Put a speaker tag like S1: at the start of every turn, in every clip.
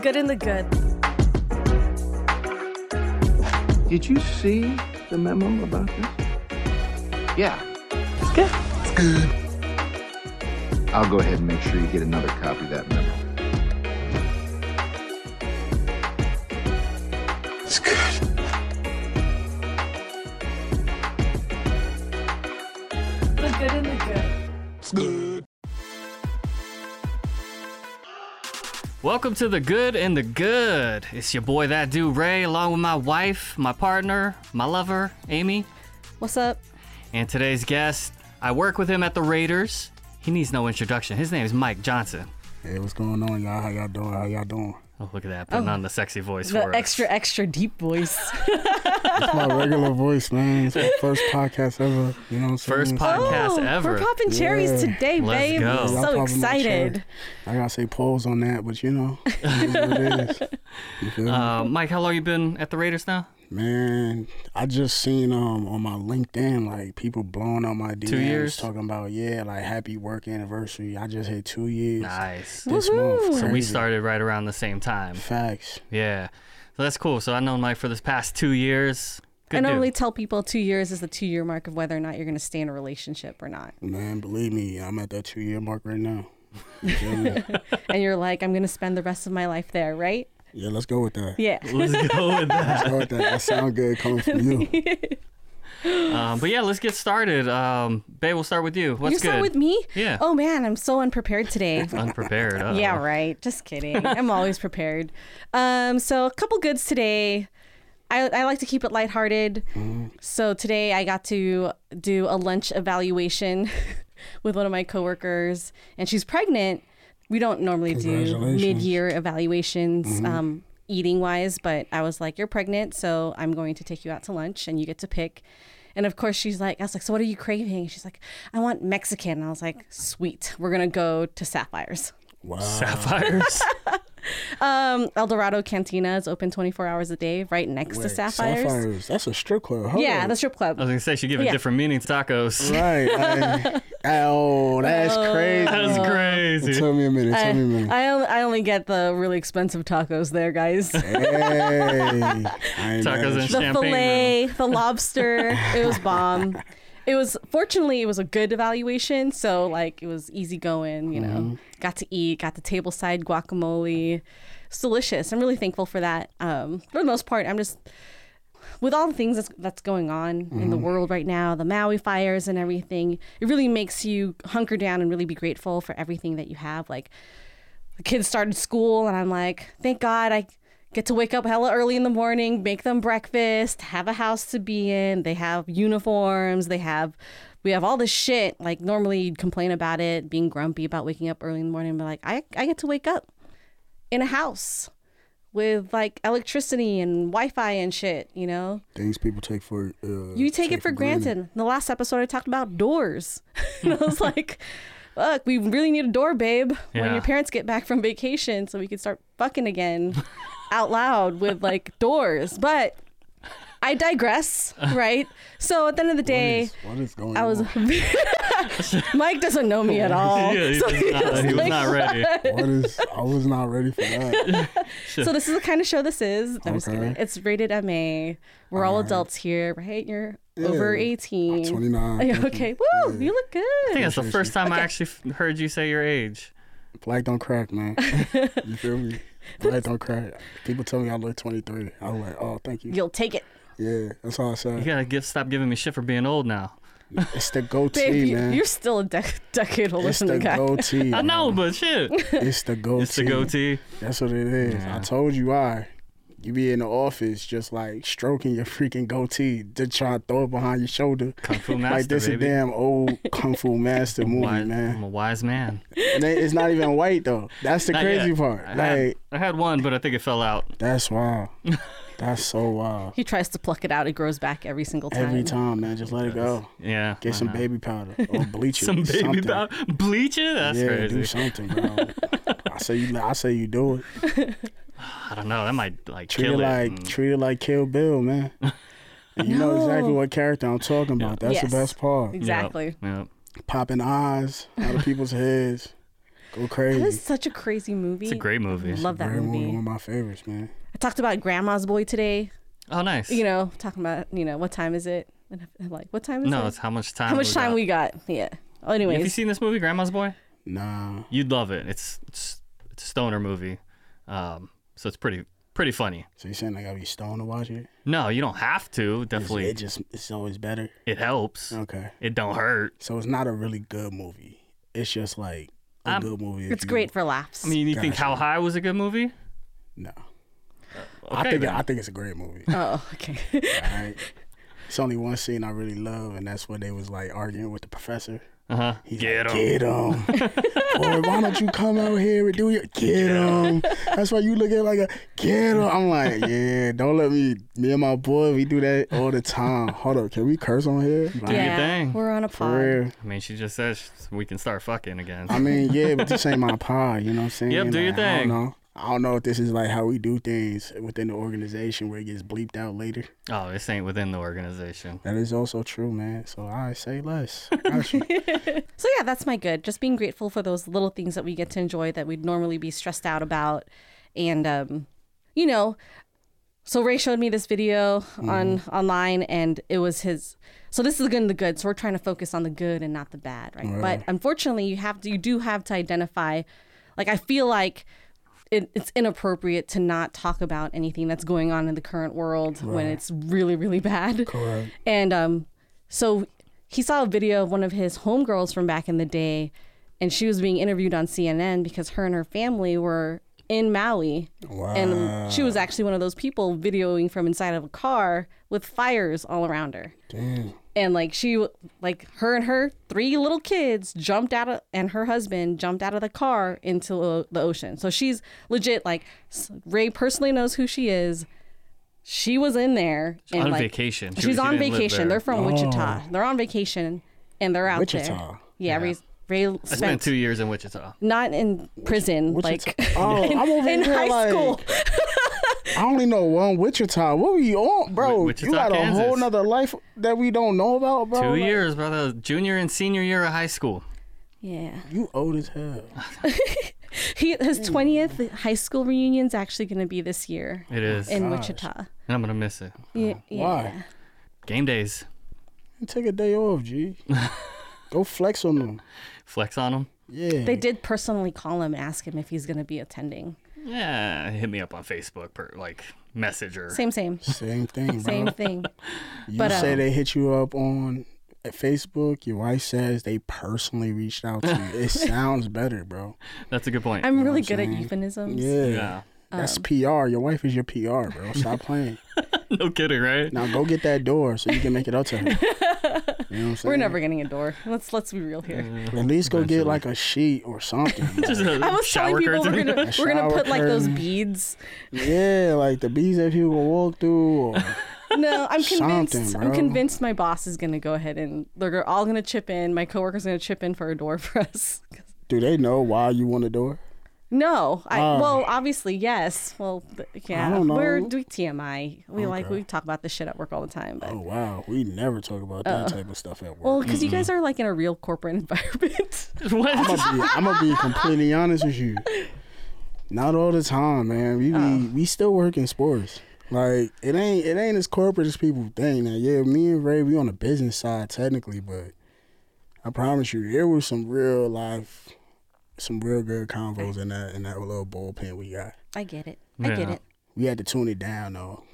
S1: good and the good.
S2: Did you see the memo about this? Yeah,
S1: It's good.
S2: I'll go ahead and make sure you get another copy of that memo. It's good.
S1: The good and the good.
S2: It's good.
S3: Welcome to the good and the good. It's your boy that dude Ray, along with my wife, my partner, my lover, Amy,
S1: What's up?
S3: and today's guest. I work with him at the Raiders. He needs no introduction. His name is Mike Johnson.
S4: Hey, what's going on, y'all? How y'all doing? How y'all doing?
S3: Oh, look at that, putting on the sexy voice
S1: The
S3: for
S1: extra,
S3: us.
S1: extra deep voice.
S4: It's my regular voice, man. It's my first podcast ever. You know what I'm saying?
S3: First podcast ever.
S1: Oh, We're popping cherries
S4: Yeah.
S1: today,
S3: Let's
S1: babe.
S3: go.
S1: I'm
S4: Y'all
S1: so
S4: probably not sure.
S1: excited.
S4: I gotta say pause on that, but you know, it is what it is. You feel me?
S3: Uh, Mike, how long you been at the Raiders now?
S4: man, I just seen um on my LinkedIn like people blowing up my DMs
S3: years?
S4: talking about yeah, like happy work anniversary. I just hit two years.
S3: Nice.
S4: This month.
S3: So we
S4: Crazy.
S3: started right around the same time.
S4: Facts.
S3: Yeah. So that's cool. So I've known Mike for this past two years. Good
S1: I
S3: dude.
S1: normally tell people two years is the two year mark of whether or not you're going to stay in a relationship or not.
S4: Man, believe me, I'm at that two year mark right now. You feel me?
S1: and you're like, I'm going to spend the rest of my life there, right?
S4: yeah, let's go with that.
S1: Yeah.
S3: Let's go with that.
S4: Let's go with that. That sound good coming from you.
S3: Um, but yeah, let's get started. Um, Babe, we'll start with you. What's
S1: you're
S3: good?
S1: so with me?
S3: Yeah.
S1: Oh, man, I'm so unprepared today.
S3: Unprepared. uh,
S1: Yeah, right. Just kidding. I'm always prepared. Um, so a couple goods today. I, I like to keep it lighthearted. So today I got to do a lunch evaluation with one of my coworkers, and she's pregnant. We don't normally do
S4: Congratulations.
S1: mid-year evaluations, um, eating wise, but I was like, "You're pregnant, so I'm going to take you out to lunch, and you get to pick." And of course, she's like, "I was like, so what are you craving?" She's like, "I want Mexican." And I was like, "Sweet, we're gonna go to Sapphires."
S4: Wow.
S3: Sapphires.
S1: Um, El Dorado Cantina is open 24 hours a day, right next to
S4: Wait,
S1: Sapphires.
S4: That's a strip club. Hold
S1: Yeah,
S4: up.
S1: the strip
S3: I was
S1: club.
S3: gonna say she gave it
S1: Yeah.
S3: different meaning to tacos.
S4: right. I, oh, that's
S3: That's
S4: crazy.
S3: crazy.
S4: Tell me a minute. Tell me a minute.
S1: I only, I only get the really expensive tacos there, guys. The
S4: hey, I ain't mad
S3: Tacos
S4: at
S3: and
S4: you.
S3: champagne.
S1: fillet, the lobster, it was bomb. It was fortunately it was a good evaluation, so like it was easy going. You know, got to eat, got the table side guacamole. It's delicious. I'm really thankful for that. Um, for the most part, I'm just with all the things that's, that's going on in the world right now, the Maui fires and everything, it really makes you hunker down and really be grateful for everything that you have. Like, the kids started school, and I'm like, thank God I get to wake up hella early in the morning, make them breakfast, have a house to be in. They have uniforms, they have. We have all this shit. Like normally, you'd complain about it, being grumpy about waking up early in the morning. But like, I, I get to wake up in a house with like electricity and Wi-Fi and shit. You know,
S4: Things people take for uh,
S1: you take it for granted. In the last episode, I talked about doors. and I was like, look, we really need a door, babe, when
S3: Yeah.
S1: your parents get back from vacation so we could start fucking again out loud with like doors. But I digress, right? So at the end of the day,
S4: What is going
S1: I was.
S4: on?
S1: Mike doesn't know me at all.
S3: Yeah, he
S1: So
S3: was
S1: he
S3: not-
S1: was
S3: he was
S1: like,
S3: not ready.
S4: What is? I was not ready for that.
S1: So this is the kind of show this is. I'm just
S4: Okay.
S1: kidding. It's rated MA. We're all adults here, right? You're over
S4: Yeah.
S1: 18.
S4: 29.
S1: Okay. Woo! You look
S3: I think
S1: good.
S3: that's the first time I actually f- heard you say your age.
S4: Black don't crack, man. You feel me? Black don't crack. People tell me I look 23. I was like, oh, thank you.
S1: You'll take it,
S4: Yeah, that's all I
S3: You
S4: said.
S3: gotta give, stop giving me shit for being old now.
S4: It's the goatee,
S1: babe. you-
S4: man.
S1: You're still a dec- decade older
S4: It's
S1: than the
S4: the
S1: guy.
S4: goatee.
S3: I know, but shit,
S4: It's the goatee.
S3: it's the goatee.
S4: That's what it is. I told you why. You be in the office just like stroking your freaking goatee to try to throw it behind your shoulder.
S3: Kung Fu Master,
S4: like this
S3: baby.
S4: a damn old Kung Fu Master movie,
S3: Wise- I'm
S4: man.
S3: a wise man.
S4: And it- it's not even white though. That's the
S3: Not
S4: crazy
S3: yet.
S4: part.
S3: I
S4: Like
S3: had, I had one, but I think it fell out.
S4: that's wild. that's so wild.
S1: He tries to pluck it out. It grows back every single time.
S4: Every time, man, just let it go.
S3: Yeah.
S4: Get
S3: why
S4: some
S3: not?
S4: baby powder or bleach it.
S3: Some baby
S4: something.
S3: powder. Bleach it? That's
S4: yeah, do
S3: crazy.
S4: something, bro. I say you. I say you do it.
S3: I don't know. That might like
S4: Treat
S3: kill
S4: it
S3: it. Mm.
S4: like
S3: and-
S4: treat it like Kill Bill, man. And you know exactly
S1: No.
S4: what character I'm talking about. That's
S1: Yes.
S4: the best part.
S3: Yep,
S1: Exactly.
S3: yep.
S4: Popping eyes out of people's heads. Go
S1: That
S4: crazy.
S1: is such a crazy movie.
S3: It's a great movie.
S1: Love that
S4: Very one of
S1: movie.
S4: my favorites, man.
S1: I talked about Grandma's Boy today.
S3: Oh, nice.
S1: You know, talking about you know what time is it? And I'm like, what time is it?
S3: no, it's how much time.
S1: How much
S3: we
S1: time
S3: got.
S1: we got? Yeah. Oh,
S3: Have you
S1: anyways,
S3: seen this movie, Grandma's Boy?
S4: Nah.
S3: You'd love it. It's it's, it's a stoner movie, um, so it's pretty pretty funny.
S4: So you saying I gotta be stoned to watch it?
S3: No, you don't have to. Definitely,
S4: It just it's always better.
S3: it helps.
S4: Okay.
S3: It don't hurt.
S4: So it's not a really good movie. It's just like a
S3: Um,
S4: good movie. if
S1: it's
S4: you-
S1: great for laughs.
S3: I mean, you think How High was a good movie? Okay,
S4: No. I think
S3: Uh, then.
S4: I think it's a great movie.
S1: oh, okay.
S4: All right. It's only one scene I really love, and that's when they was like arguing with the professor.
S3: uh-huh.
S4: He's
S3: Get
S4: like,
S3: 'em.
S4: Get him. Boy, why don't you come out here and do your get him? That's why you look at like a get him. I'm like, yeah, don't let me. Me and my boy, we do that all the time. Hold up, can we curse on here? Like,
S1: yeah,
S3: thing.
S1: we're on a
S4: For
S1: pod.
S4: real.
S3: I mean, she just says we can start fucking again.
S4: I mean, yeah, but this ain't my pod. You know what I'm saying?
S3: Yep, do your
S4: Like, I
S3: thing.
S4: don't know. I don't know if this is like how we do things within the organization where it gets bleeped out later.
S3: oh, this ain't within the organization.
S4: That is also true, man. So I say less. Got you.
S1: So yeah, that's my good. Just being grateful for those little things that we get to enjoy that we'd normally be stressed out about, and um, you know. So Ray showed me this video on online, and it was his. So this is the good and the good. So we're trying to focus on the good and not the bad, right? But unfortunately, you have to, you do have to identify. Like I feel like it, it's inappropriate to not talk about anything that's going on in the current world when it's really really bad.
S4: Correct.
S1: And um, so he saw a video of one of his homegirls from back in the day, and she was being interviewed on CNN because her and her family were in Maui, and she was actually one of those people videoing from inside of a car with fires all around her.
S4: Damn.
S1: And like she, like her and her three little kids jumped out of, and her husband jumped out of the car into uh, the ocean. So she's legit. Like s- Ray personally knows who she is. She was in there and
S3: on
S1: like,
S3: vacation. She-
S1: She's
S3: she
S1: on
S3: didn't live
S1: vacation.
S3: there. Oh.
S1: They're from Wichita. They're on vacation and they're out
S4: Wichita.
S1: there. Yeah, Ray, Ray
S3: I spent
S1: spent
S3: two years in Wichita.
S1: not in prison,
S4: Wichita.
S1: like
S4: oh, I'm over
S1: in
S4: here
S1: high
S4: like,
S1: school.
S4: I only know one Wichita. What were you on, bro?
S3: Wi- Wichita,
S4: you got a
S3: Kansas.
S4: whole nother life that we don't know about, bro.
S3: Two
S4: Like,
S3: years, brother. Junior and senior year of high school.
S1: Yeah,
S4: You old as hell.
S1: he, his twentieth high school reunion's actually going to be this year
S3: It is, and
S1: in Wichita.
S3: I'm gonna miss it.
S1: Yeah, yeah.
S4: Why?
S3: Game days,
S4: Take a day off, G. Go flex on them.
S3: flex on them.
S4: Yeah.
S1: They did personally call him, and ask him if he's going to be attending.
S3: Yeah, hit me up on Facebook, per, like messenger.
S1: Same, same,
S4: Same thing, bro.
S1: same thing.
S4: You
S1: but,
S4: say
S1: um,
S4: they hit you up on Facebook. Your wife says they personally reached out to you. it sounds better, bro.
S3: That's a good point.
S1: I'm really good at euphemisms.
S4: Yeah.
S3: yeah,
S4: That's
S1: Um.
S4: PR. Your wife is your PR, bro. Stop playing.
S3: no kidding, right?
S4: Now go get that door so you can make it up to her. You know what I'm saying?
S1: We're never getting a door. Let's let's be real here.
S4: At least go get like a sheet or something.
S3: Just a
S1: I was telling
S3: shower
S1: people we're
S3: curtain.
S1: gonna we're gonna
S4: shower
S1: put like those
S4: curtain.
S1: beads
S4: yeah, like the bees that people walk through. Or,
S1: No, I'm convinced.
S4: Something,
S1: I'm
S4: bro.
S1: convinced my boss is gonna go ahead and they're all gonna chip in. My coworkers gonna chip in for a door for us.
S4: do they know why you want a door?
S1: No, I well obviously yes. Well, th- yeah,
S4: Oh. don't know.
S1: we're we TMI. We like we talk about this shit at work all the time, but
S4: Oh Mm-hmm. wow, we never talk about that type of stuff at work.
S1: well, because you guys are like in a real corporate environment.
S3: What?
S4: I'm gonna, be, I'm gonna be completely honest with you. Not all the time, man. We be, we still work in sports. Like it ain't it ain't as corporate as people think. Now, yeah, me and Ray, we on the business side technically, but I promise you, there was some real life, some real good convos in that in that little bullpen we got.
S1: I get it. I get
S3: Yeah.
S1: it.
S4: We had to tune it down though.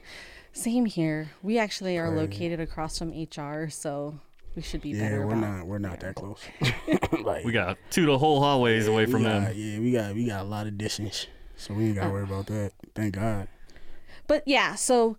S1: Same here. We actually are located across from HR, so we should be
S4: Yeah,
S1: better
S4: we're
S1: about.
S4: not we're not that close. like
S3: We got two the whole hallways away
S4: we
S3: from them.
S4: got- yeah, we got we got a lot of distance, so we
S1: Uh.
S4: ain't gotta worry about that. Thank God.
S1: but yeah, so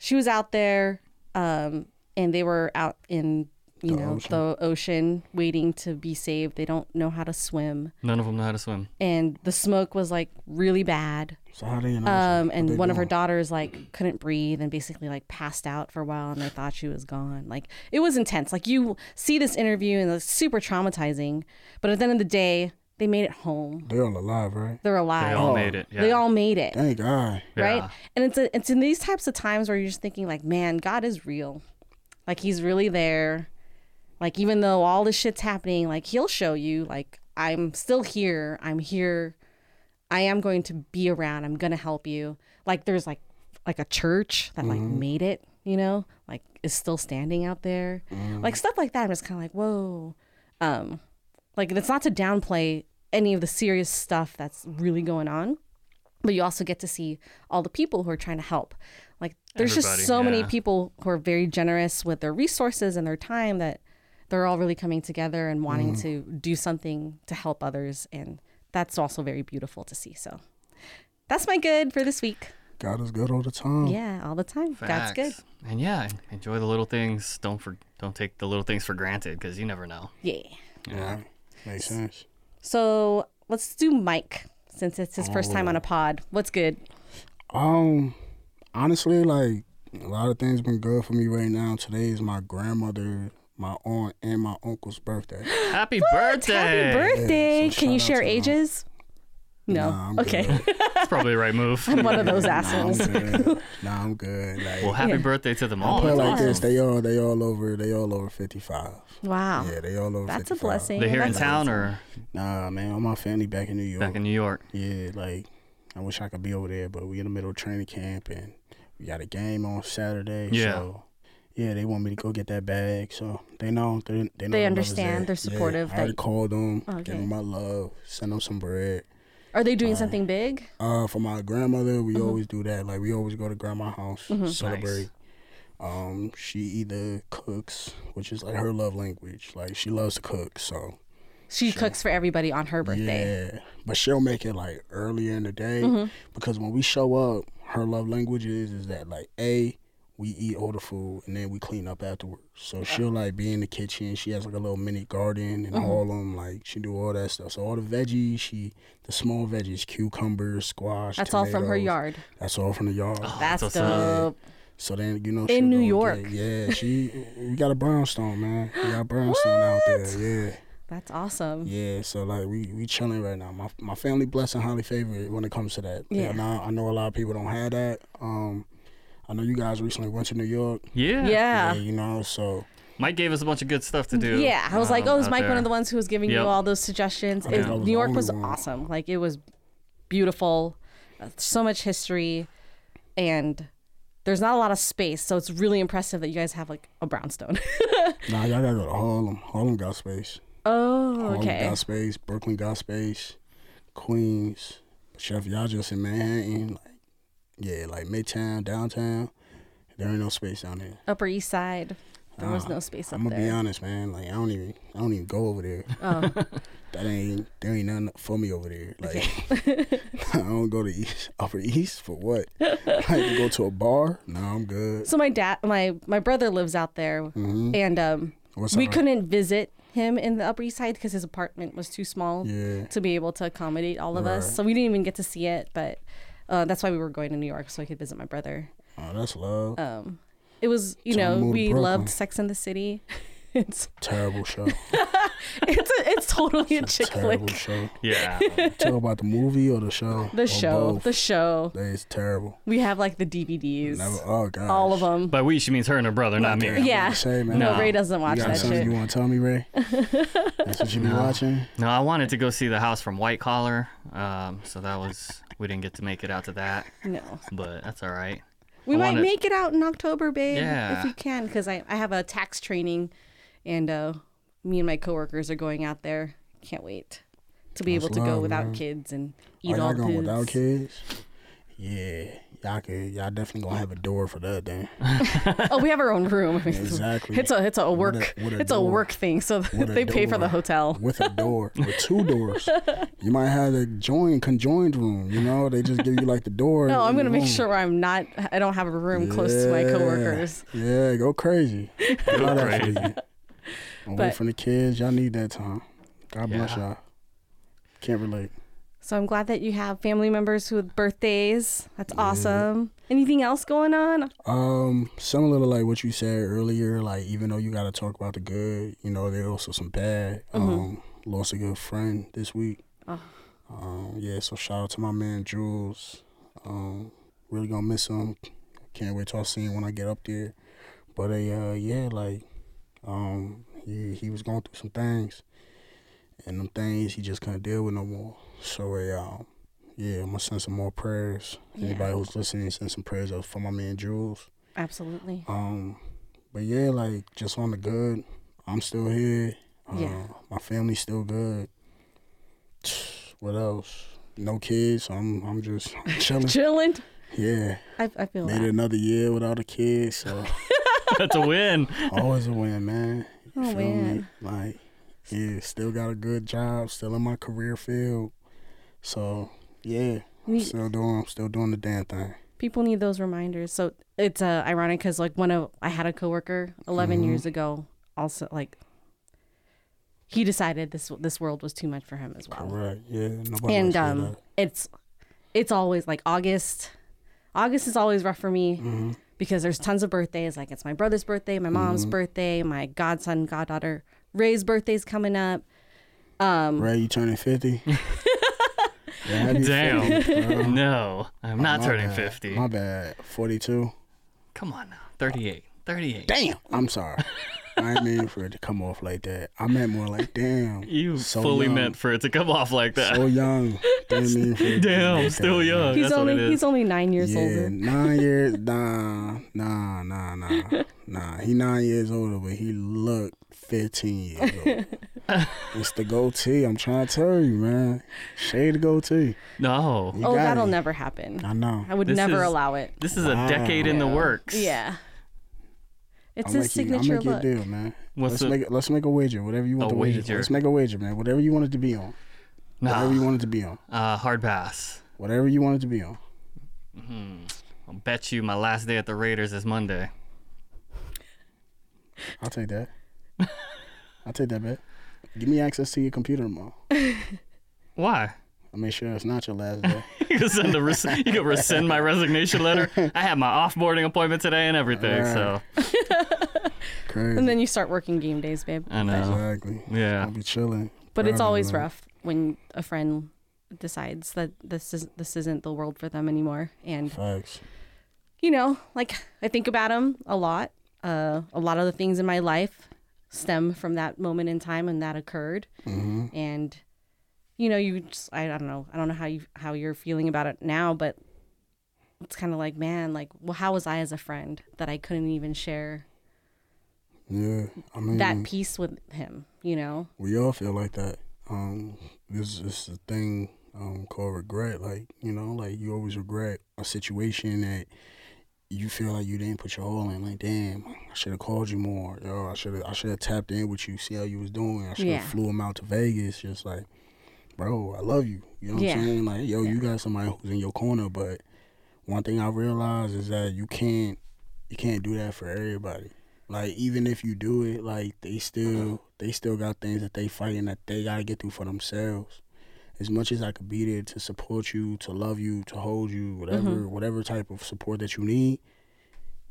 S1: she was out there, um, and they were out in you know the ocean waiting to be saved. They don't know how to swim,
S3: None of them know how to swim.
S1: and the smoke was like really bad.
S4: So how they in the ocean?
S1: Um,
S4: What
S1: and
S4: they
S1: one of her
S4: doing?
S1: daughters like couldn't breathe and basically like passed out for a while, and they thought she was gone. Like it was intense. Like you see this interview and it's super traumatizing, but at the end of the day, they made it home.
S4: They're all alive, right?
S1: They're
S3: They
S1: alive.
S4: Oh.
S3: all made it. Yeah.
S1: They all made it
S4: Thank God.
S1: right?
S3: Yeah.
S1: And it's a, it's in these types of times where you're just thinking like, man, God is real, like He's really there. Like even though all this shit's happening, like He'll show you, like I'm still here. I'm here. I am going to be around. I'm gonna help you. Like there's like like a church that like made it, you know, like is still standing out there. Like stuff like that. I'm just kinda like, whoa. Um like it's not to downplay any of the serious stuff that's really going on. But you also get to see all the people who are trying to help. Like there's
S3: Everybody,
S1: just so many
S3: yeah.
S1: people who are very generous with their resources and their time that they're all really coming together and wanting
S3: Mm.
S1: to do something to help others and that's also very beautiful to see so that's my good for this week
S4: God is good all the time.
S1: yeah all the time
S3: Oh.
S1: that's
S3: Facts.
S1: good
S3: And yeah, enjoy the little things. Don't for don't take the little things for granted because you never know.
S1: yeah
S4: Yeah. Makes sense.
S1: so let's do mike since it's his first time on a
S3: Oh.
S1: pod what's good
S4: Um, honestly, like a lot of things been good for me right now. Today is my grandmother, my aunt, and my uncle's birthday.
S3: Happy birthday!
S1: happy birthday
S4: Yeah, so
S1: can you
S4: shout out
S1: share
S4: to them.
S1: ages no
S4: Nah, I'm
S1: okay
S4: good.
S3: That's probably the right move.
S1: one of those
S4: Nah, I'm
S1: assholes
S4: good. Nah, I'm good. Like,
S3: Well, happy birthday to them all.
S4: put it
S3: That's
S4: like this,
S3: awesome.
S4: they all they all over they all over fifty five.
S1: wow
S4: Yeah, they all over.
S1: that's a
S4: 55.
S1: blessing
S3: They here in
S1: That's
S3: town or
S4: Nah, man, all my family back in New York.
S3: back in New York?
S4: Yeah, like I wish I could be over there, but we in the middle of training camp and we got a game on Saturday.
S3: Yeah.
S4: So yeah, they want me to go get that bag, so they know they they, know
S1: They
S4: the love is
S1: understand,
S4: there.
S1: they're supportive
S4: Yeah, I already
S1: that-
S4: called them,
S1: Okay.
S4: gave them my love, sent them some bread.
S1: are they doing something big
S4: Uh, for my grandmother,
S1: Mm-hmm.
S4: we always do that. Like we always go to grandma's house, celebrate. Um, she either cooks, which is like her love language. Like she loves to cook, so
S1: she cooks for everybody on her birthday
S4: yeah, but she'll make it like earlier in the day
S1: Mm-hmm.
S4: because when we show up, her love language is is that like a we eat all the food and then we clean up afterwards. So she'll like be in the kitchen. She has like a little mini garden
S1: Mm-hmm.
S4: in Harlem. Like she do all that stuff. So all the veggies, she the small veggies, cucumbers, squash.
S1: that's all from her
S4: tomatoes,
S1: yard
S4: That's all from the yard.
S1: that's
S3: awesome.
S1: dope
S4: So then you know
S1: In
S4: she'll
S1: New
S4: go and
S1: York.
S4: get- yeah, she we got a brownstone man. We got a brownstone out there. Yeah.
S1: that's awesome
S4: Yeah, so like we we chilling right now. My my family blessed and highly favored when it comes to that.
S1: Yeah.
S4: And I, I know a lot of people don't have that. Um, I know you guys recently went to New York.
S3: Yeah.
S1: yeah.
S4: Yeah, you know, so
S3: Mike gave us a bunch of good stuff to do.
S1: Yeah, I was like,
S3: um,
S1: oh, is
S3: out
S1: Mike one
S3: there.
S1: of the ones who was giving
S3: Yep.
S1: you all those suggestions?
S4: think
S1: It-
S4: I was
S1: New
S4: the
S1: York
S4: only
S1: was
S4: one.
S1: awesome. Like it was beautiful, uh, so much history, and there's not a lot of space, so it's really impressive that you guys have like a brownstone.
S4: nah, y'all gotta go to Harlem. Harlem got space.
S1: oh,
S4: Harlem
S1: okay.
S4: got space. Brooklyn got space. Queens. Chef, y'all just in Manhattan. Like, yeah, like Midtown, downtown. There ain't no space down there.
S1: Upper East Side. There was
S4: Nah,
S1: no space up
S4: I'm gonna Ah, be
S1: there.
S4: honest, man. Like I don't even I don't even go over there.
S1: Oh.
S4: that ain't there ain't nothing for me over there. Like I don't go to East Upper East for what? I can go to a bar. No, I'm good.
S1: So my dad, my my brother lives out there, and um,
S4: Mm-hmm. What's
S1: we
S4: up?
S1: couldn't visit him in the Upper East Side because his apartment was too small
S4: Yeah.
S1: to be able to accommodate all of us. So we didn't even get to see it, but uh, that's why we were going to New York so I could visit my brother.
S4: Oh, that's love.
S1: Um, it was, you
S4: So I
S1: know,
S4: moved to
S1: we
S4: Brooklyn.
S1: loved Sex in the City. It's
S4: Terrible show.
S1: it's a, it's totally a chick
S4: terrible
S1: flick.
S4: show.
S3: Yeah.
S4: Talk about the movie or the show.
S1: The show, the
S4: That
S1: show.
S4: is terrible.
S1: We have like the DVDs,
S4: Never, oh god.
S1: all of them.
S3: By we, she means her and her brother, not me.
S1: yeah,
S4: Say, man.
S1: no,
S4: you
S1: Ray doesn't watch
S4: got
S1: that
S4: something
S1: shit.
S4: you want to tell me, Ray? That's what you be watching.
S3: No, I wanted to go see the house from White Collar, um, so that was we didn't get to make it out to that,
S1: No,
S3: but that's all right.
S1: we
S3: I
S1: might
S3: wanna-
S1: make it out in October, babe,
S3: Yeah.
S1: if we can, because I I have a tax training, and uh, me and my coworkers are going out there. Can't wait to be able to go
S4: love,
S1: without kids and eat all
S4: Are y'all
S1: the
S4: going
S1: foods.
S4: without kids? Yeah, y'all could. Y'all definitely gonna have a door for that then.
S1: Oh, we have our own room. I mean,
S4: Exactly.
S1: It's a it's a work
S4: with a
S1: it's a
S4: door.
S1: work thing. So
S4: With a
S1: they pay for
S4: door.
S1: the hotel.
S4: with a door, with two doors. You might have a joined conjoined room. You know, they just give you like the door.
S1: No, I'm
S4: in the
S1: gonna make
S4: room.
S1: sure I'm not. I don't have a room close to my
S4: Yeah.
S1: coworkers.
S4: Yeah, go crazy. Go crazy. Away
S1: But-
S4: from the kids, y'all need that time. God bless
S3: Yeah.
S4: y'all. Can't relate.
S1: So I'm glad that you have family members with birthdays. That's awesome. Anything else going on?
S4: Um, similar to like what you said earlier, like even though you gotta talk about the good, you know, there are also some bad.
S1: Mm-hmm.
S4: Um, lost a good friend this week. Um, yeah, so shout out to my man Jules. Um, really gonna miss him. Can't wait till I see him when I get up there. But uh, yeah, like um, he he was going through some things, and them things he just couldn't deal with no more. So yeah, um, yeah, I'm gonna send some more prayers. Anybody who's listening, send some prayers out for my man Jules.
S1: Absolutely.
S4: Um, but yeah, like just on the good, I'm still here. Uh,
S1: Yeah.
S4: my family's still good. What else? No kids. so I'm I'm just I'm chilling.
S1: Chilling.
S4: yeah,
S1: I, I feel
S4: made it
S1: that.
S4: another year without a kid, so
S3: That's a win.
S4: always a win, man. You
S1: Oh,
S4: feel
S1: man.
S4: me? Like, yeah, still got a good job, still in my career field. So yeah, I'm
S1: We-
S4: still doing, I'm still doing the damn thing.
S1: People need those reminders. So it's uh, ironic because like one of I had a coworker 11
S4: Mm-hmm.
S1: years ago. Also like he decided this this world was too much for him as well.
S4: Right? Yeah. Nobody
S1: Oh. and
S4: wants to hear
S1: um
S4: that.
S1: it's it's always like august august is always rough for me
S4: Mm-hmm.
S1: because there's tons of birthdays like it's my brother's birthday my mom's birthday my godson goddaughter ray's birthday's coming up
S4: Ray, you turning fifty?
S3: Damn. No, I'm not turning 50.
S4: Uh, My bad. Forty-two.
S3: Come on now. 38. 38.
S4: Damn. I'm sorry. I didn't mean for it to come off like that. I meant more like damn.
S3: You
S4: so
S3: fully
S4: young,
S3: meant for it to come off like that.
S4: so young. Didn't mean for it to be
S3: Damn,
S4: like
S3: still
S4: that.
S3: young.
S1: he's
S3: That's
S1: only
S3: what it is.
S1: he's only nine years
S4: Yeah,
S1: older
S4: nine years. Nah, nah, nah, nah, nah. He nine years older, but he look fifteen years old. it's the goatee. I'm trying to tell you, man. Shade the goatee.
S3: No.
S4: You
S1: oh
S4: got
S1: that'll
S4: it.
S1: never happen
S4: I know.
S1: i would
S3: This
S1: never
S3: is-
S1: allow it
S3: This is a decade in the works.
S1: yeah it's
S4: I'll
S1: his
S4: make you. I'll
S1: signature
S4: make you a
S1: look
S4: deal, man.
S3: What's
S4: let's
S3: the-
S4: make. Let's make a wager. Whatever you want
S3: A
S4: the wager.
S3: wager.
S4: For. Let's make a wager, man. Whatever you want it to be on. Whatever
S3: Nah.
S4: you want it to be on.
S3: Uh, hard pass.
S4: Whatever you want it to be on.
S3: I'll bet you my last day at the Raiders is Monday.
S4: I'll take that. I'll take that bet. Give me access to your computer tomorrow.
S3: Why?
S4: I'll make sure it's not your last day.
S3: You can send a res- you can rescind my resignation letter. I had my offboarding appointment today and everything, so
S4: Crazy.
S1: and then you start working game days babe
S3: I know.
S4: exactly.
S3: Yeah.
S4: I'll be chilling.
S1: but it's
S4: Proud of
S1: always
S4: you, man.
S1: rough when a friend decides that this is this isn't the world for them anymore and
S4: Facts.
S1: you know, like I think about him a lot. Uh, a lot of the things in my life stem from that moment in time when that occurred, and you know, you just I, I don't know, I don't know how you how you're feeling about it now, but it's kind of like, man, like, well, how was I as a friend that I couldn't even share
S4: Yeah. I mean,
S3: Mm.
S1: that piece with him? You know,
S4: we all feel like that. Um, this is a thing um, called regret. Like, you know, like you always regret a situation that you feel like you didn't put your all in. Like, damn, I should have called you more. Yo, I should have I should have tapped in with you, see how you was doing. I should have
S1: Yeah.
S4: flew him out to Vegas. Just like, bro, I love you. You know what
S1: Yeah.
S4: I'm saying? Like, yo, you got somebody who's in your corner, but one thing I realized is that you can't you can't do that for everybody. Like even if you do it, like they still they still got things that they fighting that they gotta get through for themselves. As much as I could be there to support you, to love you, to hold you, whatever
S1: Mm-hmm.
S4: whatever type of support that you need,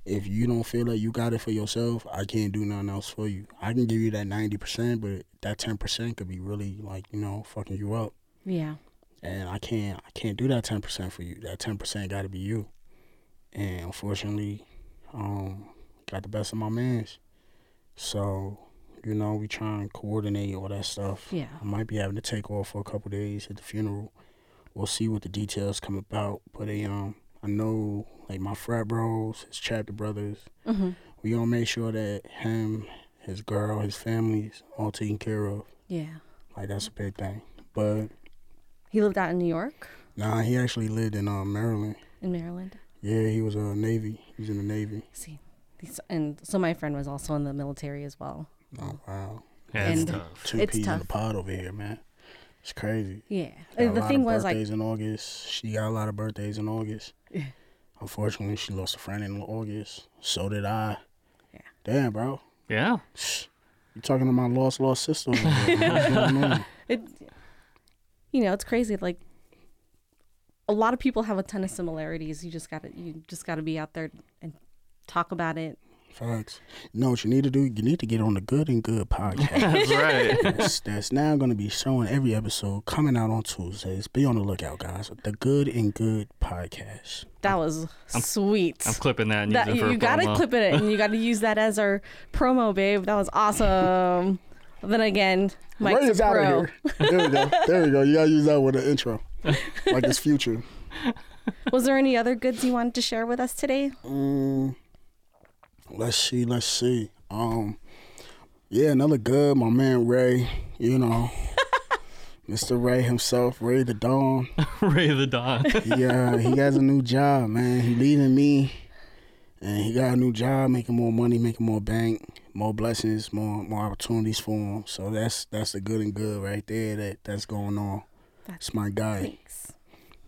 S4: if you don't feel like you got it for yourself, I can't do nothing else for you. I can give you that ninety percent, but that ten percent could be really like, you know, fucking you up
S1: yeah,
S4: and I can't I can't do that ten percent for you. That ten percent got to be you. And unfortunately, um, got the best of my man's. So, you know, we try and coordinate all that stuff.
S1: Yeah.
S4: I might be having to take off for a couple days at the funeral. We'll see what the details come about. But they, um, I know like my frat bros, his chapter brothers. We gonna make sure that him, his girl, his family's all taken care of.
S1: yeah.
S4: Like that's a big thing. But
S1: He lived out in New York,
S4: Nah, he actually lived in uh, Maryland.
S1: in Maryland.
S4: Yeah, he was a uh, Navy. He was in the Navy.
S1: See, These- and so my friend was also in the military as well.
S4: Oh wow,
S3: Yeah, it's
S1: And-
S3: tough.
S4: two
S1: It's
S4: peas in
S1: tough.
S4: a pod over here, man. It's crazy.
S1: Yeah,
S4: Got
S1: And the thing
S4: of
S1: was like
S4: birthdays in August. She got a lot of birthdays in August. Unfortunately, she lost a friend in August. So did I.
S1: Yeah.
S4: Damn, bro.
S3: Yeah.
S4: You talking to my lost lost sister? over there, man. What's going on?
S1: it you know it's crazy like a lot of people have a ton of similarities you just gotta you just gotta be out there and talk about it
S4: Facts. You know what you need to do? You need to get on the Good and Good podcast.
S3: That's right.
S4: that's, that's now going to be showing every episode coming out on Tuesdays. Be on the lookout, guys. The Good and Good podcast.
S1: that was sweet
S3: I'm clipping that and
S1: that,
S3: using it
S1: you
S3: for a
S1: gotta
S3: promo.
S1: clip it and you gotta use that as our promo babe that was awesome Then again, Mike's
S4: Ray
S1: a
S4: is out
S1: pro.
S4: of here. There we go. There we go. You gotta use that with an intro, like it's future.
S1: Was there any other goods you wanted to share with us today?
S4: Mm, let's see, let's see. Um, yeah, another good, my man Ray. You know, Mr. Ray himself, Ray the Dawn.
S3: Ray the Don.
S4: Yeah, he has a new job, man. He leaving me, and he got a new job, making more money, making more bank, more blessings, more more opportunities for him. So that's that's the good and good right there. That that's going on. That's my guy.
S1: Thanks.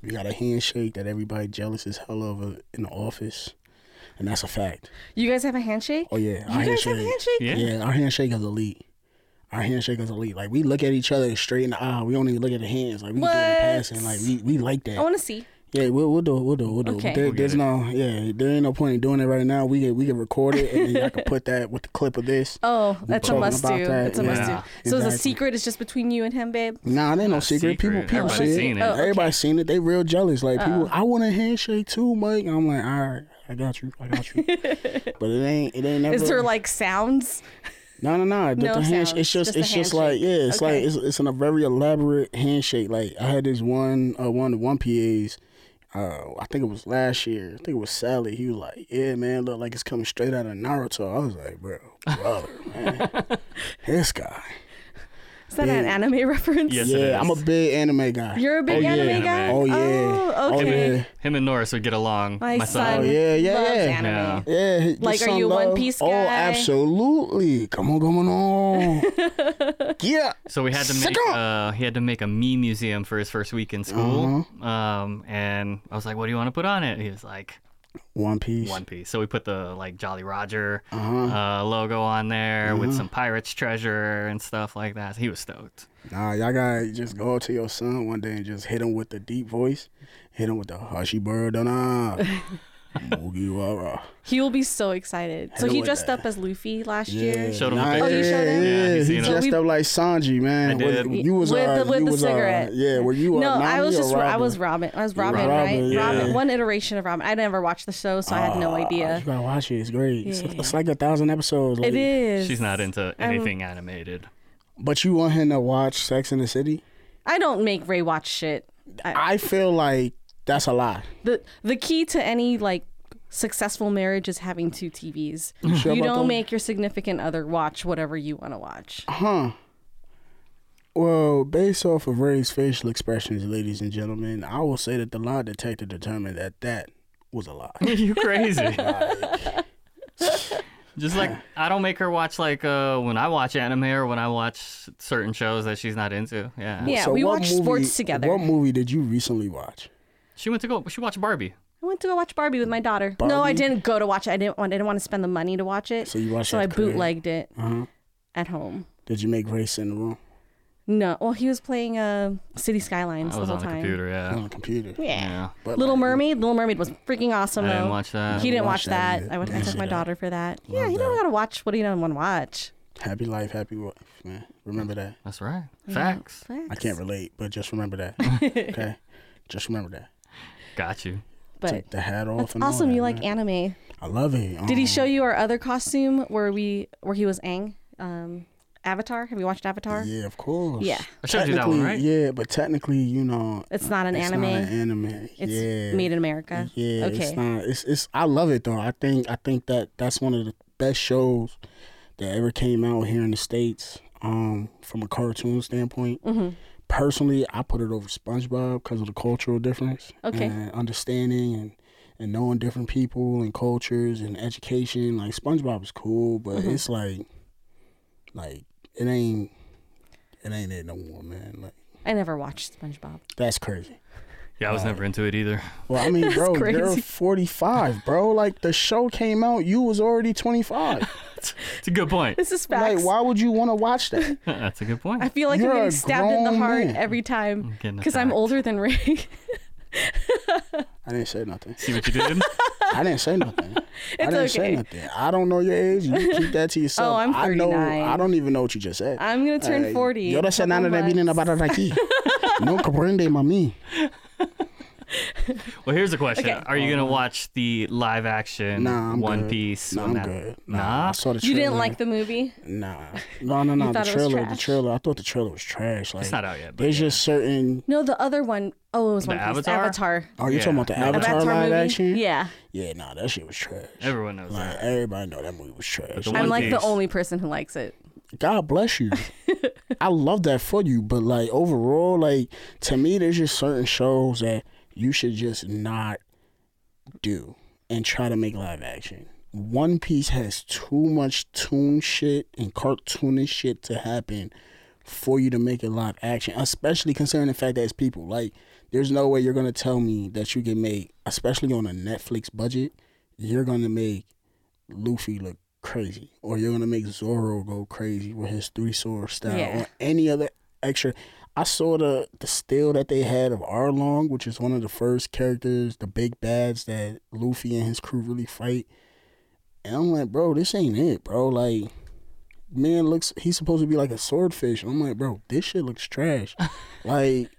S4: We got a handshake that everybody jealous as hell over in the office, and that's a fact.
S1: You guys have a handshake?
S4: Oh yeah,
S1: you guys have a handshake?
S3: Yeah.
S4: Yeah, our handshake is elite. Our handshake is elite. Like we look at each other straight in the eye. We don't even look at the hands. Like we do it
S1: What? Oh,
S4: passing. Like we, we like that.
S1: I want to see.
S4: Yeah, we'll, we'll do it. We'll do it. We'll do it.
S1: Okay.
S4: There,
S1: We'll
S3: get
S4: there's
S3: it.
S4: no, yeah, there ain't no point in doing it right now. We can, we can record it and then I can put that with the clip of this.
S1: Oh, that's a
S4: talking
S1: must
S4: about
S1: do.
S4: that,
S1: That's a must do.
S3: yeah.
S1: So it's a
S4: Exactly.
S1: secret. It's just between you and him, babe.
S4: Nah, there ain't no
S3: Not
S4: secret. People,
S3: secret.
S4: people
S3: Everybody's
S4: see
S3: seen
S4: it.
S3: it. Oh, okay.
S4: Everybody seen it. They real jealous. Like people, I want a handshake too, Mike. And I'm like, all right, I got you, I got you. but it ain't, it ain't never.
S1: Is there like sounds?
S4: No, no, no. The,
S1: No
S4: the hand,
S1: sounds,
S4: it's just,
S1: just a
S4: it's just like,
S1: handshake.
S4: yeah, it's
S1: Okay.
S4: like it's, it's in a very elaborate handshake. Like I had this one, uh, one one PA's. Uh, I think it was last year. I think it was Sally. He was like, "Yeah, man, look like it's coming straight out of Naruto." I was like, "Bro, brother, man, this guy."
S1: Is that an anime reference?
S3: Yes. it
S4: yeah, I'm a
S3: is.
S4: big anime guy.
S1: You're a big
S4: oh,
S1: anime
S4: yeah.
S1: guy.
S4: Oh yeah.
S1: Oh, okay.
S4: Oh, yeah.
S3: Him and Norris would get along.
S1: My, son.
S4: Oh, yeah, yeah,
S1: loves
S4: yeah.
S1: Anime.
S3: Yeah.
S4: Yeah, your
S1: Like, are
S4: son
S1: you a One
S4: love-
S1: Piece
S4: Oh,
S1: guy?
S4: absolutely. Come on, come on, on. yeah.
S3: So we had to make uh, he had to make a me museum for his first week in school.
S1: Uh-huh.
S3: Um, and I was like, "What do you want to put on it?" He was like,
S4: One Piece.
S3: "One Piece." So we put the like Jolly Roger
S1: Uh-huh.
S3: uh, logo on there with some pirates' treasure and stuff like that. He was stoked.
S4: Nah, y'all gotta just go up to your son one day and just hit him with the deep voice. Hit him with the Hashiburadana. Mugiwara.
S1: He will be so excited. So he dressed up as Luffy last year.
S3: Showed him the
S4: Nah,
S3: picture.
S1: Oh, you showed him?
S4: Yeah,
S3: Yeah, he's
S4: he
S3: seen it.
S4: dressed
S1: So we-
S4: up like Sanji, man.
S3: I
S4: Was-
S3: did.
S4: you was
S1: with
S4: uh,
S1: the, with
S4: you
S1: the
S4: was, uh,
S1: cigarette.
S4: yeah, were you? Uh,
S1: No, I
S4: Nami
S1: was
S4: or
S1: just I
S4: Robin?
S1: was Robin. I was Robin,
S4: Robin,
S1: right?
S4: yeah. Ah,
S1: Robin, one iteration of Robin. I never watched the show, so I had no
S4: You
S1: idea.
S4: gotta watch it. It's great. It's, it's like a thousand episodes. Like,
S1: It is.
S3: She's not into anything animated.
S4: But you want him to watch Sex in the City?
S1: I don't make Ray watch shit. I,
S4: I feel like that's a lie.
S1: the the key to any like successful marriage is having two TVs.
S4: sure
S1: you
S4: about
S1: don't
S4: that?
S1: make your significant other watch whatever you want to watch.
S4: Huh. Well, based off of Ray's facial expressions, ladies and gentlemen, I will say that the lie detector determined that that was a lie.
S3: you crazy? Just like I don't make her watch like uh, when I watch anime or when I watch certain shows that she's not into. Yeah,
S1: Yeah,
S4: So
S1: we
S4: what
S1: watch
S4: movie-
S1: sports together.
S4: What movie did you recently watch?
S3: she went to go. She watched Barbie.
S1: I went to go watch Barbie with my daughter. No, I didn't go to watch it. I didn't want. I didn't want to spend the money to watch it.
S4: So you watched
S1: So
S4: it
S1: I
S4: at the crib?
S1: bootlegged it at home.
S4: Did you make Ray sit in the room
S1: No, well, he was playing uh, City Skylines
S3: I was
S1: the whole
S3: on the
S1: time.
S3: computer. Yeah.
S4: on the computer?
S1: Yeah.
S4: But
S1: Little
S4: like,
S1: Mermaid. Little Mermaid was freaking awesome.
S3: I didn't
S1: though.
S3: watch that.
S1: He didn't watch
S4: watch that
S1: that.
S4: either.
S1: I, went, I
S4: Didn't
S1: took
S4: see
S1: my
S4: that.
S1: daughter for that. yeah, you don't gotta watch what you don't want to watch.
S4: Happy life, happy wife, man. Remember that.
S3: That's right. Facts.
S4: I can't relate, but just remember that. okay, just remember that.
S3: Got you.
S1: But
S4: Take the hat off.
S1: that's
S4: and all
S1: awesome.
S4: that,
S1: You like
S4: man.
S1: anime?
S4: I love it.
S1: Did he show you our other costume where we where he was Aang? Um, Avatar. Have you watched Avatar?
S4: Um, Yeah, of course.
S1: Yeah.
S3: I showed you that one,
S4: Technically,
S3: right?
S4: Yeah, but technically, you know,
S1: It's not an
S4: it's
S1: anime.
S4: Not an anime.
S1: it's
S4: yeah.
S1: made in America.
S4: Yeah,
S1: Okay.
S4: it's not. It's it's. I love it though. I think I think that that's one of the best shows that ever came out here in the states. Um, from a cartoon standpoint,
S1: Mm-hmm.
S4: personally, I put it over SpongeBob because of the cultural difference.
S1: Okay.
S4: And understanding and and knowing different people and cultures and education. Like SpongeBob is cool, but
S1: Mm-hmm.
S4: it's like, like it ain't, it ain't it no more, man. Like
S1: I never watched SpongeBob.
S4: that's crazy.
S3: Yeah, I was never into it either.
S4: Well, I mean, bro, you're
S1: crazy.
S4: 45, bro. Like the show came out, you was already 25.
S3: It's a good point.
S1: This is facts.
S4: like, why would you want to watch that?
S3: That's a good point.
S1: I feel like I'm
S4: You're
S1: getting
S4: a
S1: stabbed in the
S4: grown
S1: heart
S4: man.
S1: every time
S3: getting
S1: because I'm
S3: attacked.
S1: older than Ray.
S4: I didn't say nothing.
S3: See what you did?
S4: I didn't say nothing. I didn't say
S1: okay.
S4: nothing. I don't know your age. You keep that to yourself.
S1: Oh, I'm
S4: I know.
S1: 39.
S4: I don't even know what you just said.
S1: I'm gonna turn
S4: Like,
S1: 40.
S4: Yo no sé
S1: couple
S4: nada de
S1: months.
S4: bien about aquí. No comprende, mami.
S3: Well, here's a question:
S1: Okay.
S3: Are you gonna watch the live action
S4: Um, Nah, I'm
S3: One
S4: good.
S3: Piece?
S4: Nah,
S3: when
S4: I'm
S3: that-
S4: good.
S3: Nah.
S4: I saw the
S1: You
S4: trailer.
S1: didn't like the movie?
S4: Nah, no, no, no. The
S1: thought it was
S4: trailer, the
S1: trash?
S4: trailer. I thought the trailer was trash. Like
S3: It's not out yet. But
S4: There's just certain.
S1: No, the other one oh it was
S3: The
S1: One Piece.
S3: Avatar?
S1: Avatar.
S4: Oh, you are talking
S3: Yeah.
S4: about the
S3: The
S1: The
S4: Avatar,
S1: Avatar
S4: live
S1: movie?
S4: action?
S1: Yeah.
S4: Yeah, nah, that shit was trash.
S3: everyone knows
S4: Like
S3: that.
S4: everybody know that movie was trash.
S3: the One
S1: I'm like the
S3: Piece.
S1: only person who likes it.
S4: God bless you. I love that for you, but like overall, like to me, there's just certain shows that you should just not do and try to make live action. One Piece has too much toon shit and cartoonish shit to happen for you to make it live action, especially considering the fact that it's people. Like, there's no way you're gonna tell me that you can make, especially on a Netflix budget, you're gonna make Luffy look crazy, or you're gonna make Zoro go crazy with his three sword style,
S1: Yeah.
S4: or any other extra. I saw the the still that they had of Arlong, which is one of the first characters, the big bads that Luffy and his crew really fight. And I'm like, bro, this ain't it, bro. Like, man looks, he's supposed to be like a swordfish. I'm like, bro, this shit looks trash. like,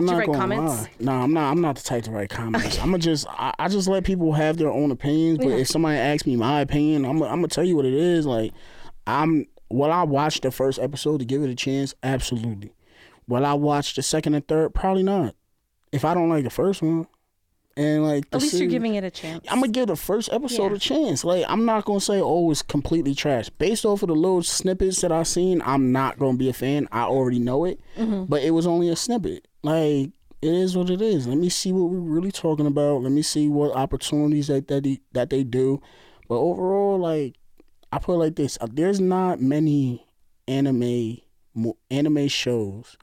S1: Did you
S4: not
S1: write
S4: gonna
S1: comments?
S4: lie. No, I'm not. I'm not the type to write comments. I'm gonna just. I, I just let people have their own opinions. But if somebody asks me my opinion, I'm. I'm gonna tell you what it is. Like, I'm. Will I watch the first episode to give it a chance? Absolutely. Will I watch the second and third? Probably not. If I don't like the first one, and like the
S1: At least you're
S4: series-
S1: giving it a chance.
S4: I'm gonna give the first episode
S1: Yeah.
S4: a chance. Like I'm not gonna say oh it's completely trash. Based off of the little snippets that I've seen, I'm not gonna be a fan. I already know it, but it was only a snippet. Like it is what it is. Let me see what we're really talking about. Let me see what opportunities that that, they- that they do. But overall, like I put it like this: Uh, there's not many anime mo- anime shows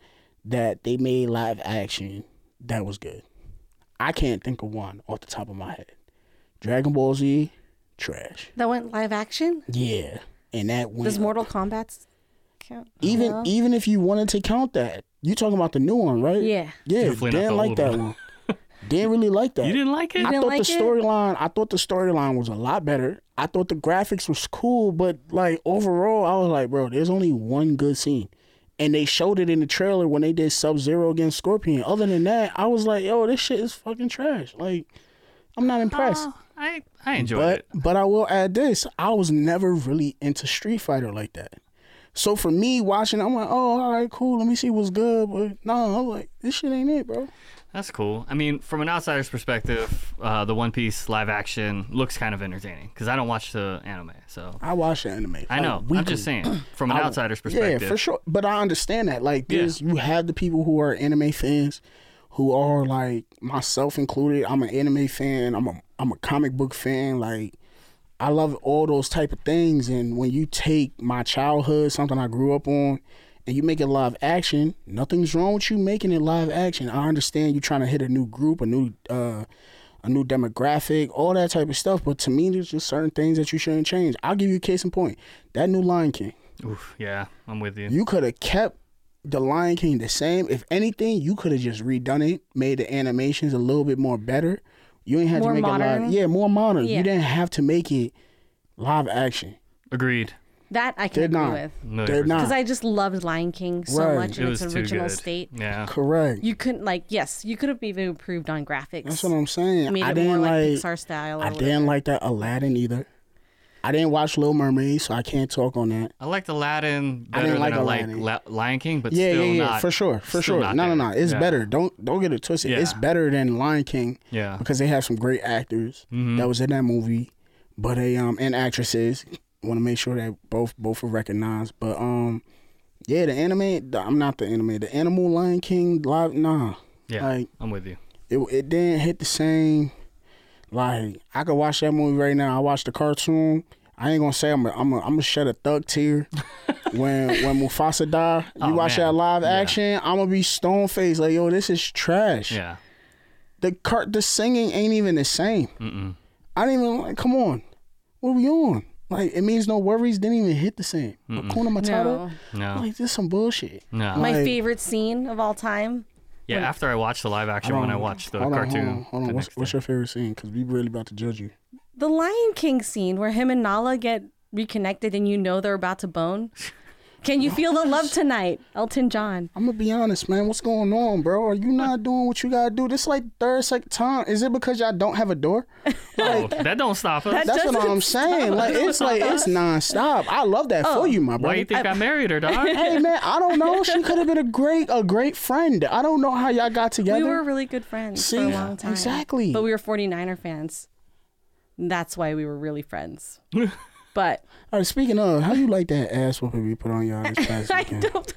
S4: that they made live action that was good. I can't think of one off the top of my head. Dragon Ball Z, trash.
S1: that went live action?
S4: Yeah, and that went
S1: Does Mortal Kombat count?
S4: even
S1: No.
S4: even if you wanted to count that. You talking about the new one, right?
S1: Yeah.
S4: yeah.
S3: Definitely not
S4: didn't
S3: the
S4: like
S3: old
S4: that
S3: one.
S4: one. didn't really like that.
S3: You didn't like it?
S4: I
S1: didn't
S4: thought
S1: like
S4: the
S1: it?
S4: storyline. I thought the storyline was a lot better. I thought the graphics was cool, but like overall, I was like, bro, there's only one good scene, and they showed it in the trailer when they did Sub Zero against Scorpion. Other than that, I was like, yo, this shit is fucking trash. Like, I'm not impressed.
S3: Oh, I I enjoyed
S4: But
S3: it.
S4: but I will add this: I was never really into Street Fighter like that. So for me watching, I'm like, oh, all right, cool. Let me see what's good. But no, I'm like, this shit ain't it, bro.
S3: That's cool. I mean, from an outsider's perspective, uh, the One Piece live action looks kind of entertaining because I don't watch the anime, so
S4: I watch the anime.
S3: I know.
S4: Oh, we Oh,
S3: I'm just saying, from an outsider's perspective.
S4: Yeah, for sure. But I understand that. Like, there's you have the people who are anime fans, who are like myself included. I'm an anime fan. I'm a I'm a comic book fan. Like, I love all those type of things. And when you take my childhood, something I grew up on, and you make it live action, nothing's wrong with you making it live action. I understand you trying to hit a new group, a new uh, a new demographic, all that type of stuff. But to me, there's just certain things that you shouldn't change. I'll give you a case in point. That new Lion King.
S3: Oof, yeah, I'm with you.
S4: You could have kept the Lion King the same. If anything, you could have just redone it, made the animations a little bit more better. You ain't have
S1: More
S4: to make it
S1: modern?
S4: live. Yeah, more modern.
S1: Yeah.
S4: You didn't have to make it live action.
S3: Agreed.
S1: That I can
S4: They're
S1: agree
S4: not.
S1: with.
S3: A million
S4: They're
S3: percent.
S4: not
S1: Because I just loved Lion King so
S4: Right.
S1: much
S3: It
S1: in
S3: was
S1: its
S3: too
S1: original
S3: good.
S1: state.
S3: Yeah.
S4: correct.
S1: You couldn't like yes, you could have even improved on graphics.
S4: That's what I'm saying.
S1: Made
S4: I
S1: it
S4: didn't
S1: more like,
S4: like.
S1: Pixar style. Or
S4: I
S1: whatever.
S4: didn't like that Aladdin either. I didn't watch Little Mermaid, so I can't talk on that.
S3: I liked Aladdin
S4: I
S3: better
S4: didn't like
S3: than I
S4: Aladdin.
S3: like La- Lion King, but
S4: yeah,
S3: still
S4: yeah, yeah,
S3: not.
S4: for sure, for
S3: still
S4: sure. No,
S3: not
S4: no,
S3: there.
S4: no, it's
S3: Yeah.
S4: better. Don't don't get it twisted. It's
S3: Yeah.
S4: better than Lion King.
S3: Yeah. Mm-hmm.
S4: because they have some great actors that was in that movie, but they um and actresses. Want to make sure that both both are recognized. But um, yeah, the anime. the- I'm not the anime. The animal Lion King live. Nah,
S3: Yeah.
S4: like-
S3: I'm with you.
S4: it it didn't hit the same. Like I could watch that movie right now. I watched the cartoon. I ain't gonna say I'm a, I'm a, I'm gonna shed a thug tear when when Mufasa die. You
S3: Oh,
S4: watch
S3: man.
S4: that live
S3: Yeah.
S4: action. I'm gonna be stone faced like yo, this is trash
S3: Yeah.
S4: the cart the singing ain't even the same. I didn't even like. Come on, what we on? Like it means no worries didn't even hit the same. Hakuna Matata.
S1: No.
S3: No.
S4: Like this some bullshit.
S3: No.
S1: My
S4: Like-
S1: favorite scene of all time.
S3: yeah. After I watched the live action, when I watched the
S4: Hold on, hold
S3: cartoon,
S4: on, hold on.
S3: the
S4: What's,
S3: next
S4: what's
S3: day.
S4: your favorite scene? Because we really about to judge you.
S1: The Lion King scene where him and Nala get reconnected and you know they're about to bone. Can you feel the love tonight, Elton John?
S4: I'm gonna be honest, man. What's going on, bro? Are you not doing what you gotta do? This like third second time. Is it because y'all don't have a door?
S3: Oh, that don't stop us.
S1: That
S4: That's what
S1: doesn't
S4: I'm saying. Like it's like it's nonstop. I love that
S1: Oh.
S4: for you, my
S3: Why
S4: brother.
S3: you think I, married her, dog?
S4: hey man, I don't know. She could have been a great a great friend. I don't know how y'all got together.
S1: We were really good friends for a
S4: See?
S1: long time.
S4: Exactly.
S1: But we were 49er fans. That's why we were really friends. but
S4: All right, speaking of, how you like that ass whooping we put on y'all this past
S1: I
S4: weekend?
S1: don't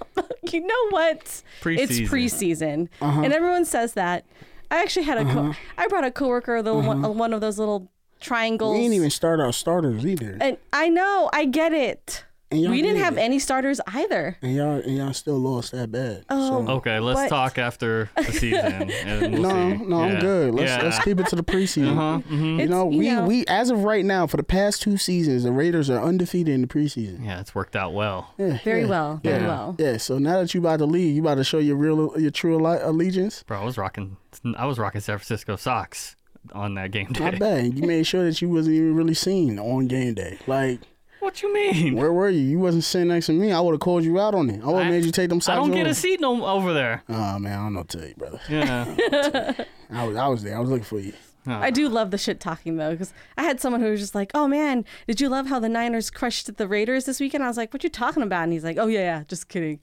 S1: you know what?
S3: Preseason.
S1: It's preseason.
S4: Uh-huh.
S1: And everyone says that. I actually had a co- I brought a coworker the one, one of those little triangles.
S4: Uh-huh. We didn't even start our starters either,
S1: and I know, I get it.
S4: And y'all
S1: we didn't
S4: did
S1: have
S4: it.
S1: any starters either.
S4: and y'all and y'all still lost that bad. Oh,
S3: Okay, let's
S1: But-
S3: talk after the season. and we'll
S4: no,
S3: see.
S4: no,
S3: Yeah.
S4: I'm good. Let's
S3: yeah. Uh-huh.
S4: let's keep it to the preseason. You
S1: It's-
S4: know,
S1: you
S4: we
S1: know.
S4: we as of right now for the past two seasons, the Raiders are undefeated in the preseason.
S3: yeah, it's worked out well.
S4: Yeah,
S1: Very
S4: yeah.
S1: well. Very well.
S4: Yeah, so now that you about to leave, you about to show your real your true alle- allegiance.
S3: Bro, I was rocking. I was rocking San Francisco socks on that game
S4: I
S3: day.
S4: bet you made sure that you wasn't even really seen on game day. Like,
S3: What you mean?
S4: where were you? You wasn't sitting next to me. I would have called you out on it. I would
S3: I-
S4: have made you take them
S3: I
S4: socks.
S3: don't get a
S4: off.
S3: seat no over there.
S4: Oh man, I don't know what to tell you, brother.
S3: Yeah.
S4: I was I was there. I was looking for you.
S1: I do love the shit talking though, because I had someone who was just like, "Oh man, did you love how the Niners crushed the Raiders this weekend?" I was like, "What you talking about?" And he's like, "Oh yeah, yeah, just kidding.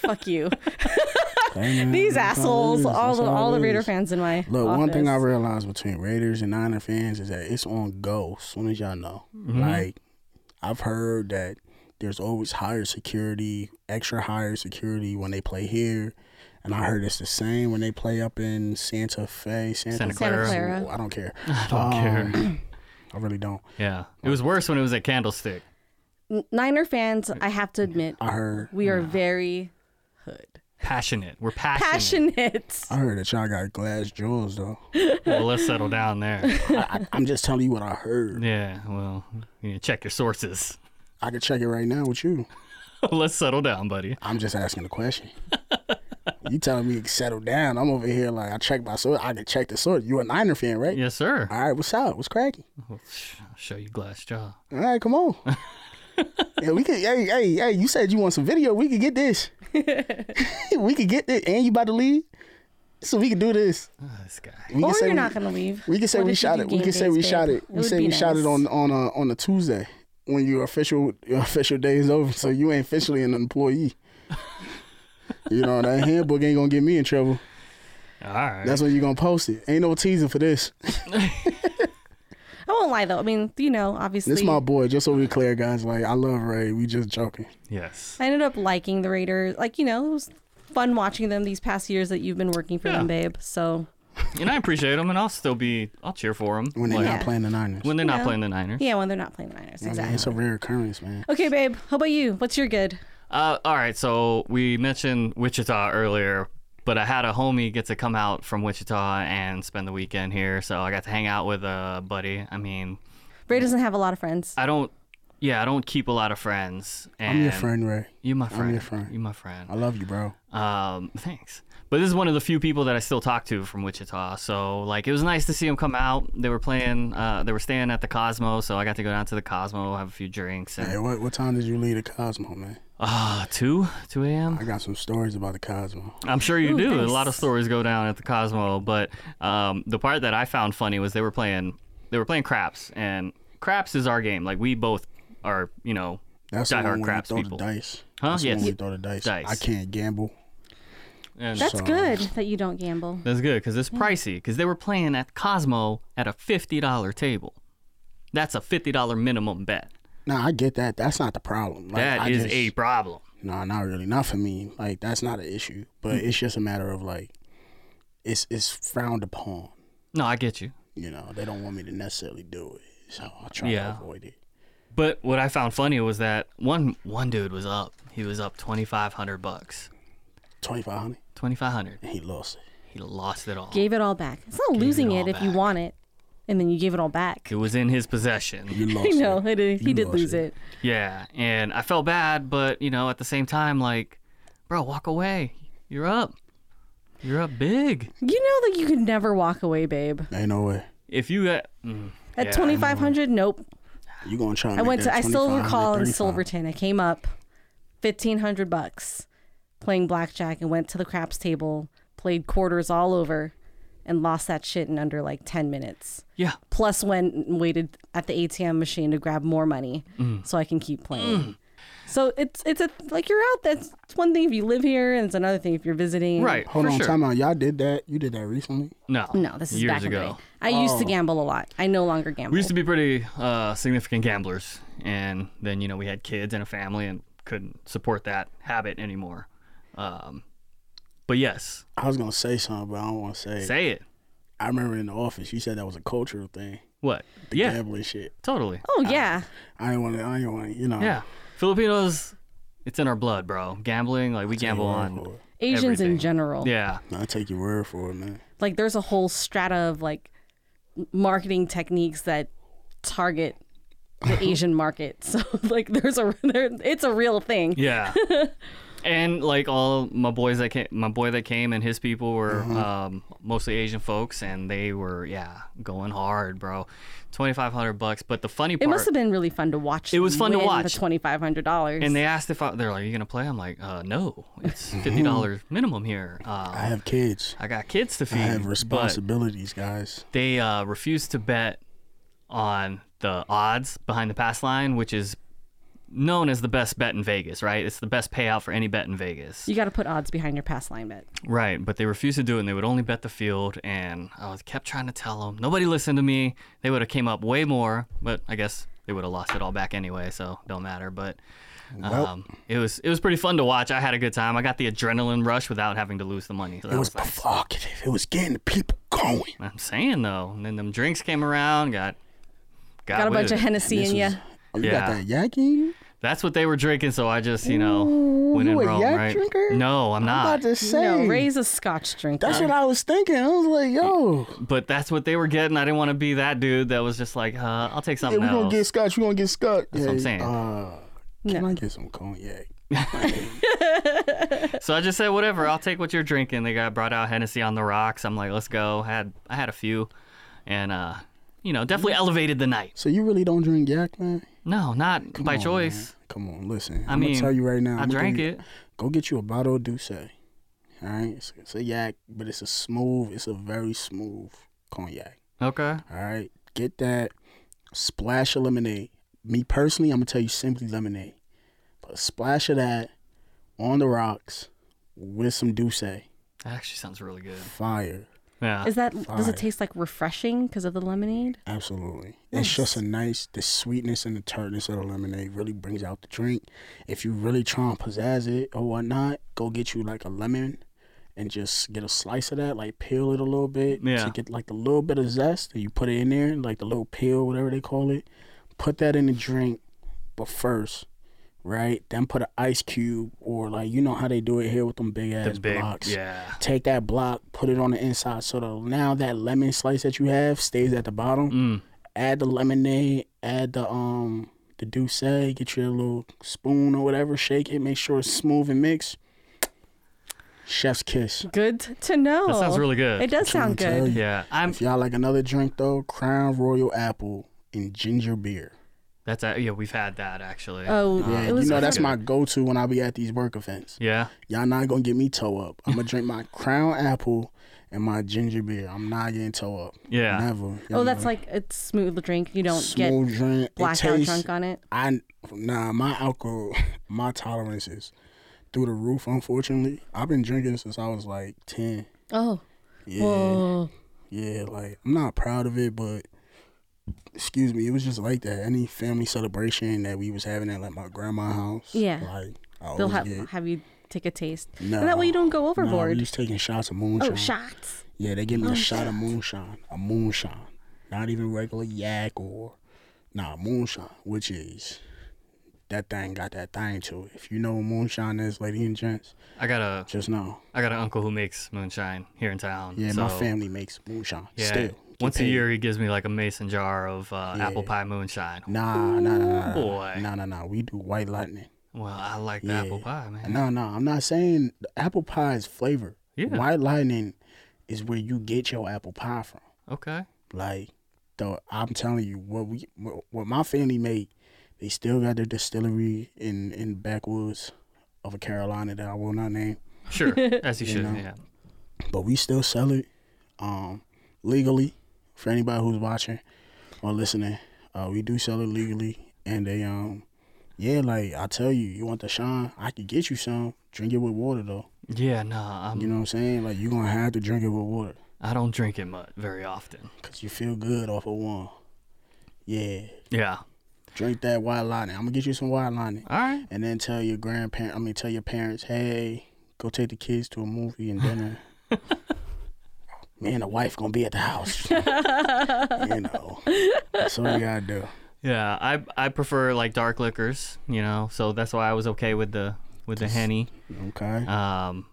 S1: Fuck you, these assholes, all the all the Raider fans in my
S4: Look, one thing I
S1: office."
S4: realized between Raiders and Niner fans is that it's on go. Soon as y'all know,
S3: Mm-hmm.
S4: like I've heard that there's always higher security, extra higher security when they play here, and I heard it's the same when they play up in Santa Fe, Santa,
S1: Santa
S3: Santa Clara.
S1: Clara.
S4: I don't care. Um,
S3: I don't care.
S4: I really don't.
S3: Yeah. It was worse when it was at Candlestick.
S1: Niner fans, I have to admit,
S4: I heard.
S1: we are very
S3: Passionate. We're passionate.
S1: passionate.
S4: I heard that y'all got glass jewels though.
S3: Well, let's settle down there.
S4: I, I'm just telling you what I heard.
S3: Yeah. Well, you need to check your sources.
S4: I could check it right now with you.
S3: let's settle down, buddy.
S4: I'm just asking a question. you telling me to settle down? I'm over here like I check my source. I can check the source. You a Niner fan, right?
S3: Yes, sir.
S4: All right, what's up? What's cracking?
S3: I'll sh- I'll show you glass jaw.
S4: All right, come on. yeah, we could. Hey, hey, hey! You said you want some video. We could get this. we could get this, and you about to leave, so we could do this.
S3: Ah, this guy.
S4: We
S1: Or
S4: could say
S1: you're
S4: we,
S1: not gonna leave.
S4: we could say
S1: What
S4: we
S1: if you
S4: shot
S1: do
S4: it. We
S1: game
S4: could say
S1: days,
S4: we
S1: babe?
S4: shot it. We
S1: would
S4: say
S1: be
S4: we shot
S1: nice.
S4: it on on a on a Tuesday when your official your official day is over, so you ain't officially an employee. you know that handbook ain't gonna get me in trouble.
S3: All right.
S4: That's when you're gonna post it. Ain't no teasing for this.
S1: I won't lie though. I mean, you know, obviously,
S4: This my boy. Just so we clear, guys. Like I love Ray. We just joking.
S3: yes.
S1: I ended up liking the Raiders. Like you know, it was fun watching them these past years that you've been working for them,
S3: Yeah.
S1: babe. So
S3: And I appreciate them, and I'll still be. I'll cheer for them
S4: When they're
S1: Yeah.
S4: not playing the Niners,
S3: when they're not
S1: Yeah.
S3: playing the Niners.
S1: yeah, when they're not playing the Niners,
S4: I mean,
S1: exactly.
S4: it's a rare occurrence, man.
S1: Okay, babe. How about you? What's your good?
S3: Uh, all right, so we mentioned Wichita earlier, but I had a homie get to come out from Wichita and spend the weekend here, so I got to hang out with a buddy. I mean,
S1: Ray doesn't have a lot of friends.
S3: I don't, yeah, I don't keep a lot of friends. And
S4: I'm your friend, Ray.
S3: You my friend.
S4: your friend.
S3: You my
S4: I
S3: friend.
S4: love you, bro.
S3: Um, thanks. But this is one of the few people that I still talk to from Wichita. So like, it was nice to see them come out. They were playing. Uh, they were staying at the Cosmo, so I got to go down to the Cosmo, have a few drinks,
S4: Hey,
S3: and
S4: what what time did you leave the Cosmo, man?
S3: ah, two, two a.m.
S4: I got some stories about the Cosmo.
S3: I'm sure you
S1: Ooh,
S3: do.
S1: nice.
S3: A lot of stories go down at the Cosmo, but um, the part that I found funny was they were playing they were playing craps, and craps is our game. Like we both are, you know,
S4: That's the
S3: diehard
S4: one where you
S3: craps
S4: throw
S3: people.
S4: the dice.
S3: Huh?
S4: That's the
S3: Yes.
S4: one where you throw the dice.
S3: Dice.
S4: I can't gamble.
S3: And
S1: That's
S4: So-
S1: good that you don't gamble.
S3: that's good because
S4: Mm.
S3: it's pricey. Because they were playing at Cosmo at a fifty dollar table. That's a fifty dollar minimum bet.
S4: Nah, I get that. That's not the problem. Like,
S3: That
S4: I
S3: is
S4: just-
S3: a problem.
S4: Nah, not really. Not for me. Like that's not an issue. But it's just a matter of like, it's it's frowned upon.
S3: No, I get you.
S4: You know, they don't want me to necessarily do it, so I try
S3: Yeah.
S4: to avoid it.
S3: But what I found funny was that one one dude was up. He was up twenty five hundred bucks.
S4: Twenty five hundred,
S3: Twenty five hundred.
S4: and he lost it.
S3: He lost it all.
S1: Gave it all back. It's not losing
S3: all
S1: it, if you
S3: back.
S1: want it, and then you gave it all back.
S3: It was in his possession.
S4: You lost
S1: You know,
S4: it.
S1: he did, he
S4: You
S1: did
S4: lost
S1: lose it.
S4: it.
S3: Yeah, and I felt bad, but you know, at the same time, like, bro, walk away. You're up. You're up big.
S1: You know that you could never walk away, babe.
S4: Ain't no way.
S3: If you got, mm,
S1: At
S3: Yeah,
S1: twenty five hundred, nope.
S4: You gonna try? And
S1: I
S4: make
S1: went
S4: that
S1: to. I still
S4: 25,
S1: recall in
S4: 35.
S1: Silverton. I came up. fifteen hundred bucks playing blackjack and went to the craps table, played quarters all over, and lost that shit in under like ten minutes.
S3: Yeah.
S1: Plus went and waited at the ATM machine to grab more money
S3: Mm.
S1: so I can keep playing. So it's it's a like you're out. That's it's one thing if you live here, and it's another thing if you're visiting.
S3: Right.
S4: Hold
S3: for
S4: on,
S3: sure.
S4: time out. Y'all did that. You did that recently.
S3: No.
S1: No, this is
S3: years
S1: back in
S3: ago. Oh.
S1: the day. I used to gamble a lot. I no longer gamble.
S3: We used to be pretty uh, significant gamblers, and then you know we had kids and a family and couldn't support that habit anymore. Um, but yes,
S4: I was gonna say something, but I don't want to say. it.
S3: say it.
S4: I remember in the office, you said that was a cultural thing.
S3: What?
S4: The
S3: yeah,
S4: gambling shit.
S3: totally.
S1: oh yeah.
S4: I didn't want to. I didn't want to. You know.
S3: Yeah, Filipinos, it's in our blood, bro. Gambling, like we gamble
S4: for
S3: on.
S4: it.
S1: Asians in
S3: everything.
S1: general.
S3: Yeah,
S4: I take your word for it, man.
S1: Like there's a whole strata of like m- marketing techniques that target the Asian market. So like there's a there, it's a real thing.
S3: yeah. and like all my boys that came, my boy that came and his people were
S4: Mm-hmm.
S3: um, mostly Asian folks, and they were yeah going hard, bro. Twenty five hundred bucks. But the funny
S1: It
S3: part.
S1: must have been really fun to watch.
S3: It was
S1: them
S3: fun to
S1: win
S3: watch.
S1: The twenty five hundred dollars.
S3: And they asked if I, they're like, "Are you gonna play?" I'm like, uh, "No, it's
S4: Mm-hmm.
S3: fifty dollars minimum here.
S4: I
S3: Uh,
S4: have kids.
S3: I got kids to feed."
S4: I have
S3: but
S4: responsibilities, guys.
S3: they uh, refused to bet on the odds behind the pass line, which is known as the best bet in Vegas, right? It's the best payout for any bet in Vegas,
S1: you got to put odds behind your past line bet.
S3: right? But they refused to do it, and they would only bet the field. And I was kept trying to tell them. Nobody listened to me. They would have came up way more, but I guess they would have lost it all back anyway, so don't matter. But
S4: Well,
S3: um, it was it was pretty fun to watch. I had a good time. I got the adrenaline rush without having to lose the money. So that
S4: it was
S3: was nice.
S4: provocative. It was getting the people going.
S3: I'm saying though, and then them drinks came around, got got,
S1: Got a
S3: with
S1: bunch
S3: it.
S1: of Hennessy
S4: This
S1: in you.
S4: was- Oh, you
S3: Yeah.
S4: got that yak in you?
S3: That's what they were drinking, so I just you know went
S4: you
S3: in
S4: a
S3: Rome,
S4: yak
S3: right?
S4: drinker?
S3: No, I'm
S4: I'm
S3: not.
S4: about to say.
S1: No, Ray's a Scotch drinker.
S4: that's what I was thinking. I was like, yo,
S3: But that's what they were getting. I didn't want to be that dude that was just like, uh, I'll take
S4: hey,
S3: something
S4: we're going
S3: else.
S4: to get scotch. We're going to get scotch.
S3: what I'm
S4: Hey,
S3: saying.
S4: Uh, can
S1: No.
S4: I get some cognac?
S3: So I just said whatever. I'll take what you're drinking. They got brought out Hennessy on the rocks. I'm like, let's go. Had I had a few, and uh, you know, definitely elevated the night.
S4: So you really don't drink yak, man?
S3: No, not by
S4: on,
S3: choice.
S4: man. Come on, listen.
S3: I
S4: I'm
S3: mean,
S4: gonna tell you right now.
S3: I
S4: I'm gonna
S3: drank
S4: give you-
S3: it.
S4: Go get you a bottle of Douce. All right, it's, it's a yak, but it's a smooth. It's a very smooth cognac.
S3: Okay.
S4: All right, get that. Splash of lemonade. Me personally, I'm gonna tell you simply lemonade. But a splash of that on the rocks with some Douce.
S3: That actually sounds really good.
S4: Fire.
S3: Yeah.
S1: Is that does
S4: Fine.
S1: it taste like refreshing because of the lemonade?
S4: Absolutely. It's just a nice, the sweetness and the tartness of the lemonade really brings out the drink. If you really try and pizzazz it or whatnot, go get you like a lemon and just get a slice of that, like peel it a little bit
S3: Yeah.
S4: to get like the little bit of zest. And you put it in there, like the little peel, whatever they call it. Put that in the drink, but first, right? Then put an ice cube or like, you know how they do it here with them big ass
S3: the big,
S4: blocks
S3: yeah.
S4: take that block, put it on the inside, so that now that lemon slice that you have stays at the bottom.
S3: Mm.
S4: Add the lemonade, add the um the douce, get your little spoon or whatever, shake it, make sure it's smooth and mixed. Chef's kiss.
S1: Good to know.
S3: That sounds really good.
S1: It does sound
S4: trying to tell
S1: good.
S4: you.
S3: Yeah, I'm.
S4: If y'all like another drink though, Crown Royal Apple and ginger beer.
S3: That's a, yeah. We've had that actually.
S1: Oh,
S4: Yeah,
S1: it was
S4: you know that's
S3: Uh, good.
S4: my go-to when I be at these work events.
S3: yeah.
S4: Y'all not gonna get me toe up. I'm gonna drink my Crown Apple and my ginger beer. I'm not getting toe up.
S3: Yeah.
S4: Never.
S1: Oh,
S4: Y'all
S1: that's
S4: know.
S1: like it's smooth drink. You don't
S4: smooth
S1: get
S4: drink. it
S1: blackout
S4: tastes,
S1: drunk on it.
S4: I nah, my alcohol, my tolerance is through the roof. Unfortunately, I've been drinking since I was like ten.
S1: Oh,
S4: Yeah,
S1: whoa.
S4: yeah. Like I'm not proud of it, but excuse me, it was just like that. Any family celebration that we was having at like my grandma's house,
S1: Yeah.
S4: like I
S1: They'll
S4: always
S1: have
S4: get.
S1: have you take a taste,
S4: No,
S1: and that way you don't go
S4: Nah, we
S1: overboard.
S4: was taking shots of moonshine.
S1: oh, shots.
S4: Yeah, they give me a shot of moonshine. A moonshine. Not even regular yak or nah moonshine, which is that thing got that thing to it. If you know what moonshine is, ladies and gents,
S3: I got a
S4: just know.
S3: I got an uncle who makes moonshine here in town.
S4: Yeah, my
S3: so,
S4: family makes moonshine.
S3: Yeah.
S4: Still. Get
S3: once a
S4: paid.
S3: year, he gives me like a mason jar of uh, apple pie moonshine.
S4: Nah, nah, nah, nah,
S3: boy.
S4: nah, nah, nah, nah. We do white lightning.
S3: Well, I like the
S4: Yeah.
S3: apple pie, man.
S4: No, no, I'm not saying the apple pie is flavor.
S3: Yeah.
S4: White lightning is where you get your apple pie from.
S3: Okay.
S4: Like, though, I'm telling you, what we, what what my family made, they still got their distillery in in backwoods. of a Carolina that I will not name,
S3: Sure, as you, should.
S4: know.
S3: Yeah.
S4: but we still sell it um, legally for anybody who's watching or listening. Uh, we do sell it legally, and they um, yeah, like I tell you, you want the shine, I could get you some. Drink it with water though.
S3: Yeah. Nah. I'm,
S4: You know what I'm saying? Like you gonna have to drink it with water.
S3: I don't drink it much very often.
S4: Cause you feel good off of one. Yeah.
S3: Yeah.
S4: Drink that white lining. I'm gonna get you some white lining.
S3: All right.
S4: And then tell your grandparent I mean tell your parents, hey, go take the kids to a movie and dinner. Me and the wife gonna be at the house. you know. That's what we gotta do.
S3: Yeah. I I prefer like dark liquors. You know, so that's why I was okay with the with the henny.
S4: Okay.
S3: Um,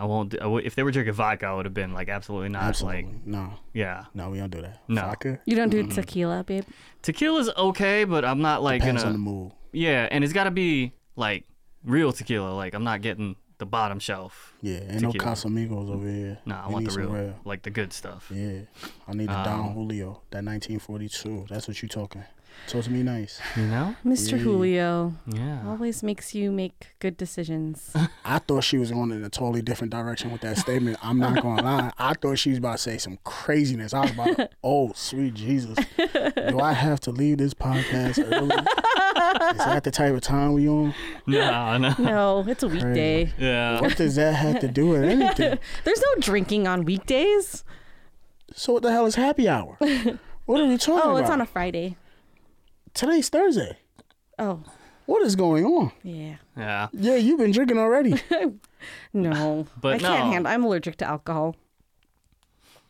S3: I won't. Do, I would- if they were drinking vodka, I would have been like, absolutely not.
S4: Absolutely.
S3: Like,
S4: no.
S3: yeah,
S4: No, we don't do that.
S3: No.
S4: Vodka
S1: You don't do tequila, babe.
S3: tequila's okay, but I'm not like
S4: depends on
S3: gonna.
S4: the mood.
S3: Yeah, and it's got to be like real tequila. Like, I'm not getting the bottom shelf.
S4: Yeah, ain't no
S3: Tequila.
S4: Casamigos over here.
S3: Nah, I
S4: We
S3: want
S4: need
S3: the
S4: some
S3: real, Um, like the good stuff.
S4: Yeah, I need the Don Julio, that 1942. That's what you talking. Talk to me nice.
S3: You know?
S1: Mr. Julio
S3: Yeah.
S1: always makmakes you make good decisions.
S4: I thought she was going in a totally different direction with that statement. I'm not gonna lie. I thought she was about to say some craziness. I was about, to, oh sweet Jesus, do I have to leave this podcast early? Is that the type of time we on?
S3: No, no.
S1: no, it's a weekday.
S3: Yeah.
S4: What does that have to do with anything?
S1: There's no drinking on weekdays.
S4: So what the hell is happy hour? What are we talking
S1: Oh,
S4: about?
S1: it's on a Friday.
S4: Today's Thursday.
S1: Oh,
S4: What is going on?
S1: yeah.
S3: Yeah.
S4: Yeah, you've been drinking already.
S1: No,
S3: But
S1: I can't
S3: no.
S1: handle. I'm allergic to alcohol.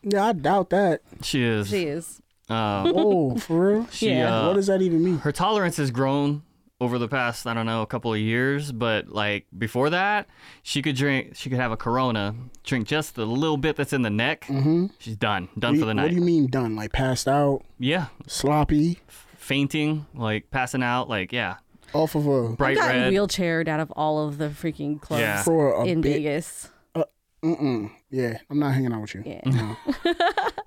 S4: Yeah, I doubt that.
S3: She is.
S1: She is.
S3: Um,
S4: Oh, for real?
S3: she,
S1: Yeah.
S3: uh,
S4: what does that even mean?
S3: her tolerance has grown over the past I don't know a couple of years, but like before that, she could drink. She could have a Corona, drink just the little bit that's in the neck. Mm-hmm. She's done, done for the
S4: What
S3: night.
S4: do you mean done? Like passed out,
S3: yeah,
S4: sloppy,
S3: fainting, like passing out, like yeah,
S4: off of a
S1: I
S3: bright
S1: got
S3: red.
S1: wheelchaired out of all of the freaking clubs
S3: Yeah.
S4: for a
S1: in
S4: bit.
S1: Vegas.
S4: Mm-mm. Yeah, I'm not hanging out with you.
S1: Yeah.
S4: No.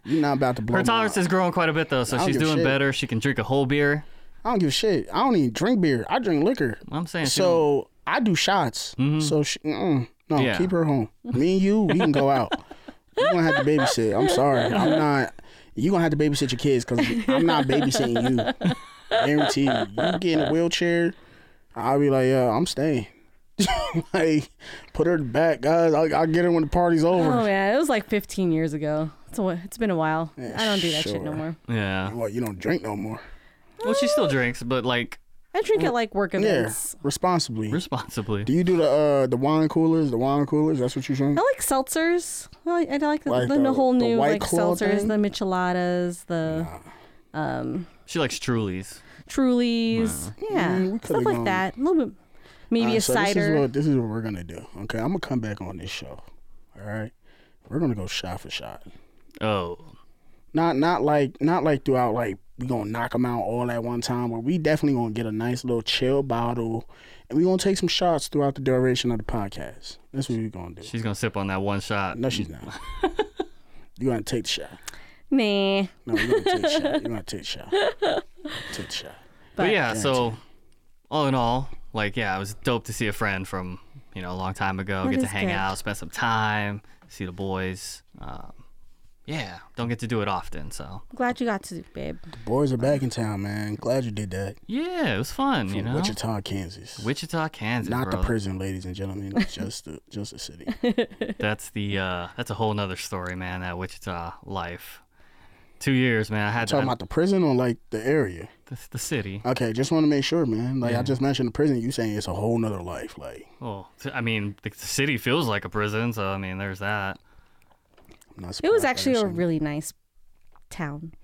S4: You're not about to blow.
S3: her tolerance
S4: my,
S3: has grown quite a bit though, so
S4: I don't
S3: she's
S4: give a
S3: doing
S4: shit.
S3: better. She can drink a whole beer.
S4: I don't give a shit. I don't even drink beer. I drink liquor.
S3: I'm saying she don't-
S4: So I do shots. So she, mm-mm. no,
S3: Yeah.
S4: keep her home. Me and you, we can go out. You're gonna have to babysit. I'm sorry. I'm not. You're gonna have to babysit your kids because I'm not babysitting you. Guarantee you. You get in a wheelchair, I'll be like, yeah, I'm staying. like, put her back, guys. I'll, I'll get her when the party's over.
S1: Oh yeah, it was like 15 years ago. It's a, it's been a while. I don't do that shit no
S4: sure.
S1: more.
S3: yeah.
S4: Well, you don't drink no more.
S3: Well, she still drinks, but like
S1: I drink at like work
S4: Yeah,
S1: events.
S4: responsibly.
S3: responsibly.
S4: Do you do the uh the wine coolers? The wine coolers? That's what you drink?
S1: I like seltzers. I like, I like, the,
S4: Like
S1: the,
S4: the-
S1: whole
S4: the
S1: new
S4: White
S1: like
S4: Claw
S1: seltzers,
S4: thing?
S1: the micheladas, the
S3: She likes Trulies.
S1: Trulies, yeah,
S4: Mm, we coulda
S1: stuff like
S4: gone-
S1: that. A little bit, maybe
S4: Alright,
S1: a
S4: so This
S1: cider.
S4: is, what, this is what we're gonna do. Okay, I'm gonna come back on this show. All right, we're gonna go shot for shot.
S3: Oh,
S4: Not not like not like throughout like we gonna knock them out all at one time. But we definitely gonna get a nice little chill bottle, and we gonna take some shots throughout the duration of the podcast. That's what we're gonna do.
S3: she's gonna sip on that one shot.
S4: No, she's not. you gonna take the shot.
S1: nah,
S4: No, you're gonna take the shot. You're gonna take the shot. Take the shot.
S3: But, yeah, so all in all, like yeah, it was dope to see a friend from you know a long time ago. get to
S1: is
S3: hang
S1: good.
S3: out, spend some time, see the boys. Um, yeah, don't get to do it often, so
S1: I'm glad you got to, babe.
S4: Boys are back in town, man. Glad you did that.
S3: yeah, it was fun. you know, Wichita,
S4: Wichita, Kansas.
S3: Kansas,
S4: Not
S3: bro.
S4: the prison, ladies and gentlemen. just the just the city.
S3: That's the uh, that's a whole nother story, man. That Wichita life. Two years, man. I had to,
S4: Talking about the prison or like the area.
S3: the, the city.
S4: Okay, just want to make sure, man. Like I just mentioned the prison. You saying it's a whole nother life. Like
S3: Oh, I mean, the city feels like a prison, so I mean, there's that.
S4: I'm
S1: It
S4: not.
S1: was
S4: surprised by
S1: actually
S4: that
S1: a
S4: shit.
S1: really nice town.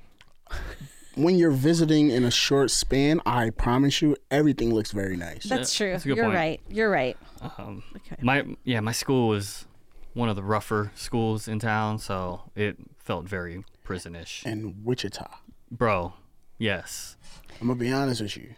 S4: when you're visiting in a short span. I promise you, everything looks very nice.
S1: That's true.
S3: that's a good
S1: You're
S3: point.
S1: right. You're right.
S3: Um,
S1: Okay.
S3: My yeah, my school was one of the rougher schools in town, so it felt very prisonish.
S4: And Wichita,
S3: Bro, yes,
S4: I'm gonna be honest with you.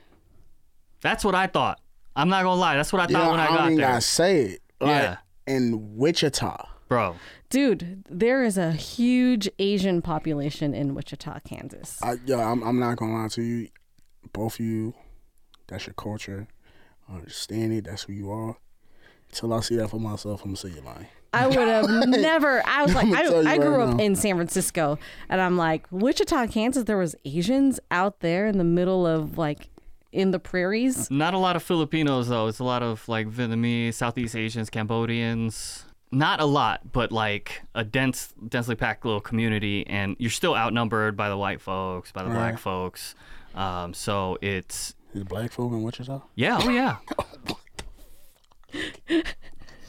S3: that's what I thought. I'm not gonna lie, that's what I thought
S4: Yeah,
S3: when I,
S4: I
S3: got
S4: don't even
S3: there,
S4: gotta say it. Like,
S3: Yeah.
S4: In Wichita,
S3: bro.
S1: Dude, there is a huge Asian population in Wichita, Kansas.
S4: I, yo, I'm, I'm not gonna lie to you. Both of you, that's your culture. I understand it. That's who you are. Till I see that for myself, I'm gonna say you're lying.
S1: I would have never. I was like,
S4: I'ma
S1: I,
S4: tell you
S1: I grew
S4: right
S1: up
S4: now.
S1: in San Francisco, and I'm like, Wichita, Kansas. There was Asians out there in the middle of like, in the prairies.
S3: Not a lot of Filipinos though. It's a lot of like Vietnamese, Southeast Asians, Cambodians. Not a lot, but like a dense, densely packed little community, and you're still outnumbered by the white folks, by the black folks. Um, so it's
S4: Is black folk in Wichita?
S3: yeah, oh yeah,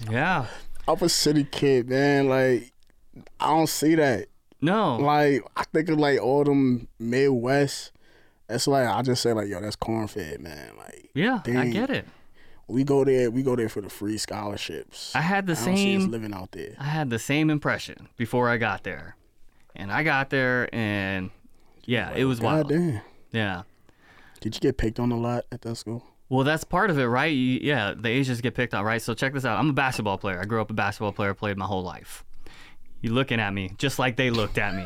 S3: yeah.
S4: I'm a city kid, man. Like I don't see that.
S3: No,
S4: Like I think of like all them Midwest. That's like I just say like yo, that's corn fed, man. Like
S3: yeah, I
S4: dang.
S3: get it.
S4: we go there, we go there for the free scholarships.
S3: I had the
S4: I don't see us
S3: same
S4: living out there.
S3: I had the same impression before I got there. And I got there and yeah, it was
S4: God
S3: wild.
S4: damn.
S3: Yeah.
S4: Did you get picked on a lot at that school?
S3: Well, that's part of it, right? You, yeah, the Asians get picked on, right? So check this out. I'm a basketball player. I grew up a basketball player, played my whole life. You looking at me just like they looked at me.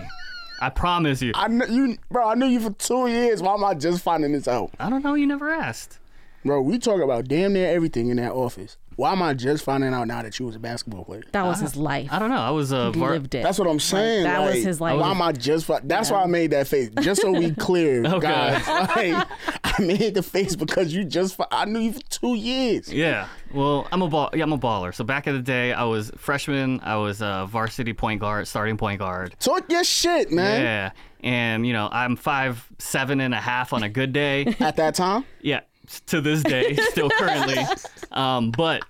S3: I promise you.
S4: I kn- you, bro. I knew you for two years. Why am I just finding this out,
S3: I don't know. You never asked.
S4: bro? We talk about damn near everything in that office. Why am I just finding out now that you was a basketball player?
S1: That was his life.
S3: I don't know. I was a
S1: He
S3: var-
S1: lived it.
S4: That's what I'm saying.
S1: that was his life.
S4: Why am I just? Fi- that's why I made that face. Just so we clear,
S3: Okay.
S4: guys. Like, I made the face because you just. Fi- I knew you for two years.
S3: Yeah. Well, I'm a ball. Yeah, I'm a baller. So back in the day, I was freshman. I was a varsity point guard, starting point guard.
S4: Talk your shit, man.
S3: Yeah. And, you know, I'm five, seven and a half on a good day.
S4: At that time,
S3: yeah. To this day, still currently. Um, but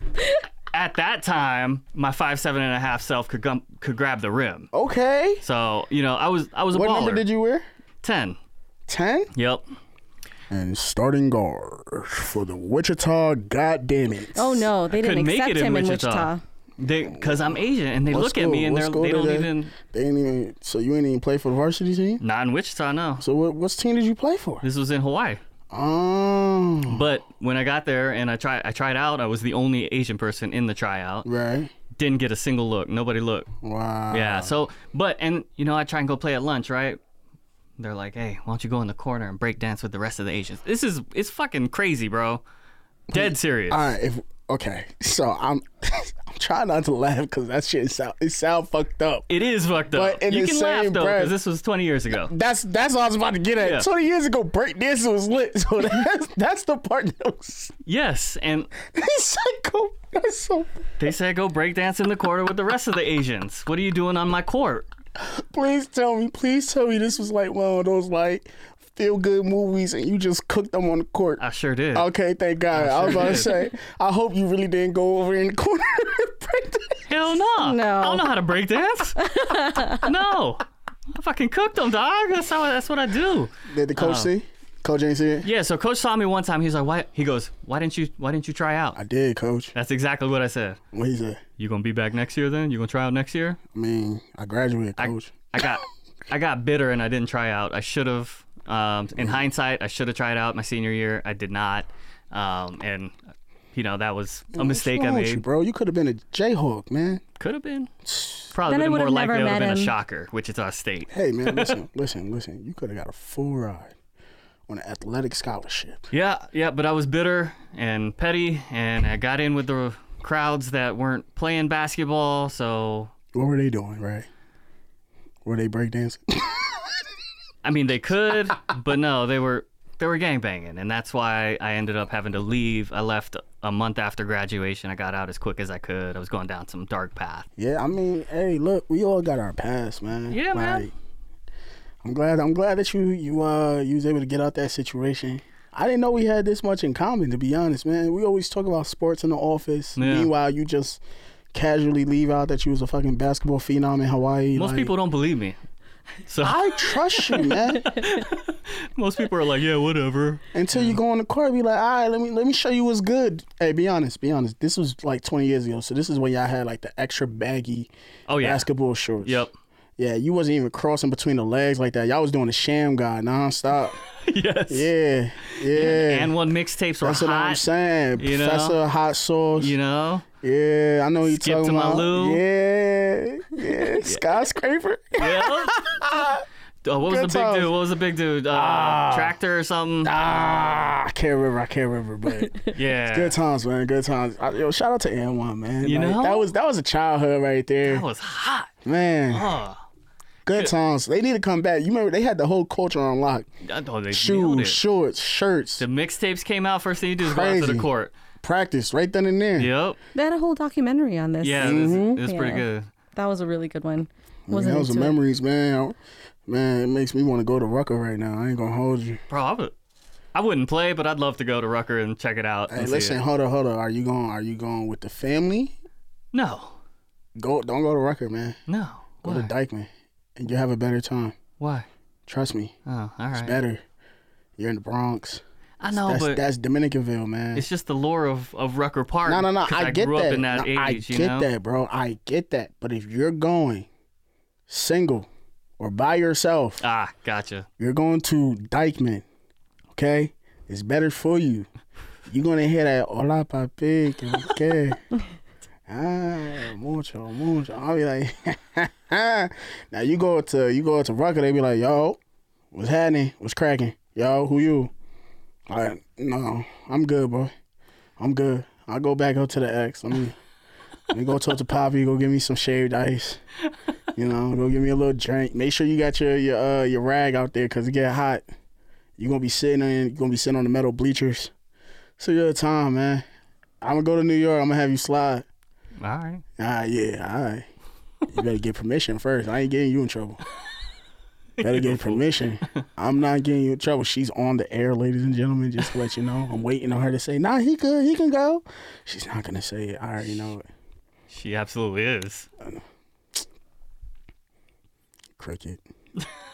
S3: at that time, my five, seven and a half self could, gum- could grab the rim.
S4: okay.
S3: So, you know, I was I was a
S4: What
S3: baller.
S4: number did you wear?
S3: 10.
S4: Ten.
S3: Yep.
S4: And starting guard for the Wichita. God damn it.
S1: oh no, they
S3: Couldn't
S1: didn't
S3: make
S1: accept
S3: it in
S1: him
S3: Wichita.
S1: in Wichita.
S3: Because I'm Asian and they
S4: What
S3: look at
S4: school-
S3: me and
S4: what
S3: they're,
S4: school
S3: they don't
S4: did
S3: even. Mm.
S4: They ain't even. So you ain't even play for the varsity team.
S3: Not in Wichita, no.
S4: So what? What team did you play for?
S3: This was in Hawaii.
S4: Um.
S3: But when I got there and I tried, I tried out. I was the only Asian person in the tryout.
S4: Right.
S3: Didn't get a single look. Nobody looked.
S4: Wow.
S3: Yeah. So, but and you know, I try and go play at lunch, right? They're like, "Hey, why don't you go in the corner and break dance with the rest of the Asians?" This is it's fucking crazy, bro. Dead serious.
S4: All right. If okay. So I'm. I'm trying not to laugh because that shit sound. It sound fucked up.
S3: It is fucked up.
S4: But in
S3: you
S4: the
S3: can laugh
S4: same
S3: though,
S4: breath-
S3: because this was 20 years ago.
S4: That's that's what I was about to get at.
S3: Yeah.
S4: Twenty years ago, break dancing was lit. So that's that's the part that was
S3: Yes, and
S4: he's psycho. That's so.
S3: they said go break dance in the corner with the rest of the Asians. What are you doing on my court?
S4: Please tell me. Please tell me this was like one of those like feel good movies, and you just cooked them on the court.
S3: I sure did.
S4: Okay, thank God. I was about to say, I hope you really didn't go over in the corner and break dance.
S3: Hell no.
S1: No.
S3: I don't know how to break dance. no. I fucking cooked them, dog. That's how. That's what I do.
S4: Did the coach see? Coach ain't see it?
S3: Yeah. So coach saw me one time. He's like, "Why?" He goes, "Why didn't you? Why didn't you try out?"
S4: I did, coach.
S3: That's exactly what I said.
S4: What he said?
S3: You gonna be back next year then? You gonna try out next year?
S4: I mean, I graduated, coach.
S3: I got I got bitter and I didn't try out. I should have. Um, in hindsight, I should have tried out my senior year. I did not, um, and you know that was a mistake I
S4: What's wrong with you,
S3: made.
S4: bro. You could have been a Jayhawk, man.
S3: Could have been. Probably
S1: Then I
S3: would've
S1: would
S3: more
S1: have never
S3: likely would
S1: met
S3: have been a
S1: him.
S3: shocker, Wichita State.
S4: Hey, man, listen, listen, listen. You could have got a full ride on an athletic scholarship.
S3: Yeah, yeah, but I was bitter and petty, and I got in with the crowds that weren't playing basketball. So
S4: What were they doing, right? Were they breakdancing?
S3: I mean, they could, but no, they were they were gangbanging, and that's why I ended up having to leave. I left a month after graduation. I got out as quick as I could. I was going down some dark path.
S4: yeah, I mean, hey, look, we all got our past, man.
S3: Yeah, man.
S4: I'm glad. I'm glad that you you uh you was able to get out that situation. I didn't know we had this much in common, to be honest, man. We always talk about sports in the office.
S3: Yeah.
S4: Meanwhile, you just casually leave out that you was a fucking basketball phenom in Hawaii.
S3: Most
S4: like-
S3: people don't believe me. So
S4: I trust you, man.
S3: most people are like, yeah, whatever.
S4: Until you go on the court, be like, all right, let me let me show you what's good. Hey, be honest, be honest. This was like 20 years ago, so this is when y'all had like the extra baggy
S3: Oh yeah.
S4: basketball shorts.
S3: Yep.
S4: Yeah, you wasn't even crossing between the legs like that. Y'all was doing the sham guy nonstop.
S3: yes.
S4: yeah, yeah.
S3: And one mixtapes were
S4: That's
S3: hot.
S4: what I'm saying.
S3: you know?
S4: Professor Hot Sauce.
S3: You know.
S4: yeah, I know what you're
S3: Skip
S4: talking
S3: to my
S4: about.
S3: loo.
S4: Yeah, yeah. Skyscraper.
S3: Yep. Uh, what was
S4: Good
S3: the big
S4: times.
S3: dude? What was the big dude? Uh, tractor or something?
S4: Ah, I can't remember. I can't remember, but
S3: yeah.
S4: good times, man. Good times. I, yo, shout out to N1, man.
S3: You
S4: Like,
S3: know?
S4: that was that was a childhood right there,
S3: That was hot.
S4: man.
S3: Huh.
S4: Good times. They need to come back. You remember they had the whole culture on lock.
S3: I thought Oh, they nailed it.
S4: Shoes, shorts, shirts,
S3: The mixtapes came out. First thing you do is go out to the
S4: Crazy.
S3: court.
S4: practice right then and there.
S3: Yep.
S1: They had a whole documentary on this.
S3: Yeah,
S4: Mm-hmm.
S3: it's, it's pretty
S1: Yeah.
S3: good.
S1: That was a really good one.
S4: Man,
S1: Wasn't
S4: those are
S1: into it.
S4: memories, man. I- Man, it makes me want to go to Rucker right now. I ain't gonna hold you.
S3: Bro, I, would, I wouldn't play, but I'd love to go to Rucker and check it out.
S4: Hey,
S3: and see
S4: listen,
S3: it.
S4: hold up, hold up. Are you going? Are you going with the family?
S3: No,
S4: Go, don't go to Rucker, man.
S3: no.
S4: Go
S3: Why?
S4: to Dykeman, and you will have a better time.
S3: Why?
S4: Trust me,
S3: Oh, all right.
S4: better. You're in the Bronx.
S3: I know,
S4: that's,
S3: but
S4: that's Dominicanville, man.
S3: it's just the lore of, of Rucker Park.
S4: No, no, no.
S3: 'cause
S4: I, get
S3: grew
S4: that.
S3: up in that
S4: No,
S3: age,
S4: I
S3: you
S4: get
S3: know?
S4: that, bro. I get that. But if you're going single or by yourself,
S3: Ah, gotcha.
S4: you're going to Dykeman. Okay, it's better for you. You're gonna hear that "Hola, papi." Okay. Ah, mucho, mucho. I'll be like, now you go to you go to Rucker, they be like, yo, what's happening? What's cracking? Yo, who you? Like, no, I'm good, boy. I'm good. I'll go back up to the X. Let me let me go talk to Poppy, go give me some shaved ice. You know, go give me a little drink. Make sure you got your your uh, your rag out there because it get hot. You're gonna be sitting in you're gonna be sitting on the metal bleachers. So your time, man. I'm gonna go to New York, I'm gonna have you slide.
S3: All right.
S4: Ah yeah, all right. You better get permission first. I ain't getting you in trouble. Better get permission. I'm not getting you in trouble. She's on the air, ladies and gentlemen. Just to let you know, I'm waiting on her to say, "Nah, he could, he can go." She's not gonna say it. I already know it.
S3: She absolutely is.
S4: Cricket,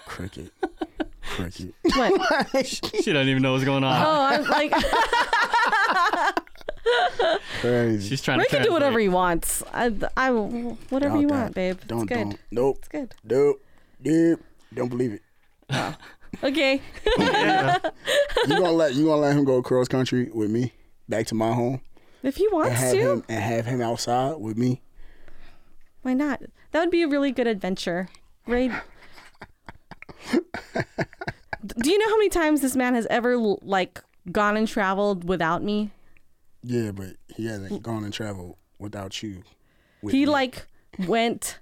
S4: cricket, cricket.
S1: What?
S3: She doesn't even know what's going on.
S1: Oh, I'm like
S4: Crazy.
S3: She's trying
S1: Ray
S3: to
S1: can do whatever he
S3: translate.
S1: wants. I, I whatever
S4: Doubt
S1: you
S4: that.
S1: want, babe.
S4: Don't,
S1: it's good.
S4: don't. Nope.
S1: It's good.
S4: Nope. Nope. Don't believe it.
S1: Okay.
S4: You gonna let you gonna let him go cross country with me back to my home
S1: if he
S4: and
S1: wants
S4: have
S1: to,
S4: him and have him outside with me.
S1: why not? That would be a really good adventure. Ray. Do you know how many times this man has ever like gone and traveled without me?
S4: Yeah, but he
S1: Mm.
S4: hasn't gone and traveled without you. with
S1: He
S4: me.
S1: like went,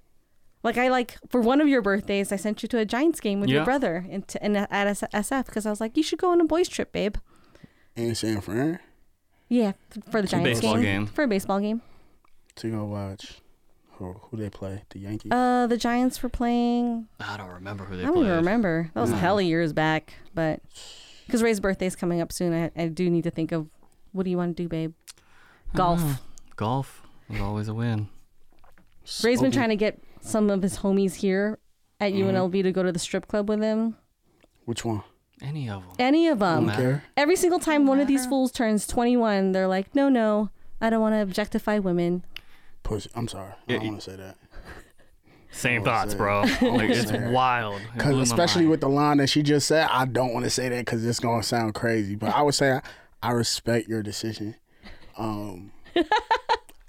S1: like I like for one of your birthdays, I sent you to a Giants game with
S3: Yeah.
S1: your brother in, t- in at S- SF because I was like, you should go on a boys trip, babe.
S4: in San Fran
S1: Yeah, th- for the Giants
S3: baseball
S1: game,
S3: game.
S1: for a baseball game.
S4: to go watch who who they play the Yankees.
S1: Uh, the Giants were playing.
S3: I don't remember who they
S1: I don't even
S3: played.
S1: remember. That was hell of years back, but because Ray's birthday's coming up soon, I, I do need to think of what do you want to do, babe. Golf.
S3: Golf was always a win.
S1: Ray's been trying to get some of his homies here
S4: Mm-hmm.
S1: at UNLV to go to the strip club with him.
S4: Which one?
S3: Any of them.
S1: Any of them.
S4: Care?
S1: Every single time one of these fools turns 21, they're like, no, no, I don't want to objectify women.
S4: Pussy. I'm sorry. I don't want to say that.
S3: Oh, Same thoughts, bro. Like, it's wild. It blew
S4: Cause
S3: my
S4: especially
S3: mind.
S4: with the line that she just said, I don't want to say that because it's gonna sound crazy. But I would say I, I respect your decision, um,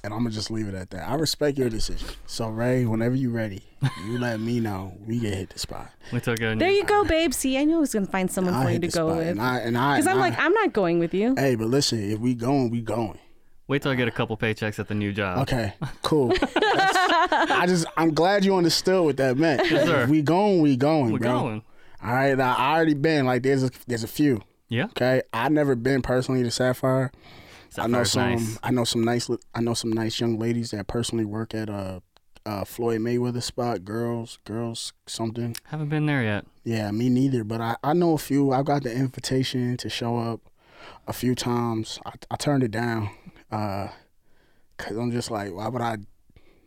S4: and I'm gonna just leave it at that. I respect your decision. So Ray, whenever you're ready, you let me know. We can hit the spot.
S3: we took a
S1: There you go, babe. See, I knew I was going to find someone
S4: I
S1: for you
S4: hit
S1: to
S4: the
S1: go
S4: spot,
S1: with.
S4: and I and I.
S1: Because I'm
S4: and I-
S1: like, I'm not going with you.
S4: hey, but listen, if we going, we going.
S3: Wait till I get a couple paychecks at the new job.
S4: Okay, cool. That's- I just I'm glad you understood what that meant.
S3: sir.
S4: If we going, we going,
S3: We're
S4: bro.
S3: going.
S4: All right, now, I already been like there's a, there's a few.
S3: Yeah.
S4: Okay, I never been personally to Sapphire. I know
S3: Sapphire's
S4: some.
S3: nice.
S4: I know some nice. li- I know some nice young ladies that personally work at uh, uh Floyd Mayweather spot. Girls, girls, something.
S3: Haven't been there yet.
S4: Yeah, me neither. But I, I know a few. I got the invitation to show up a few times. I, I turned it down, uh, cause I'm just like, why would I,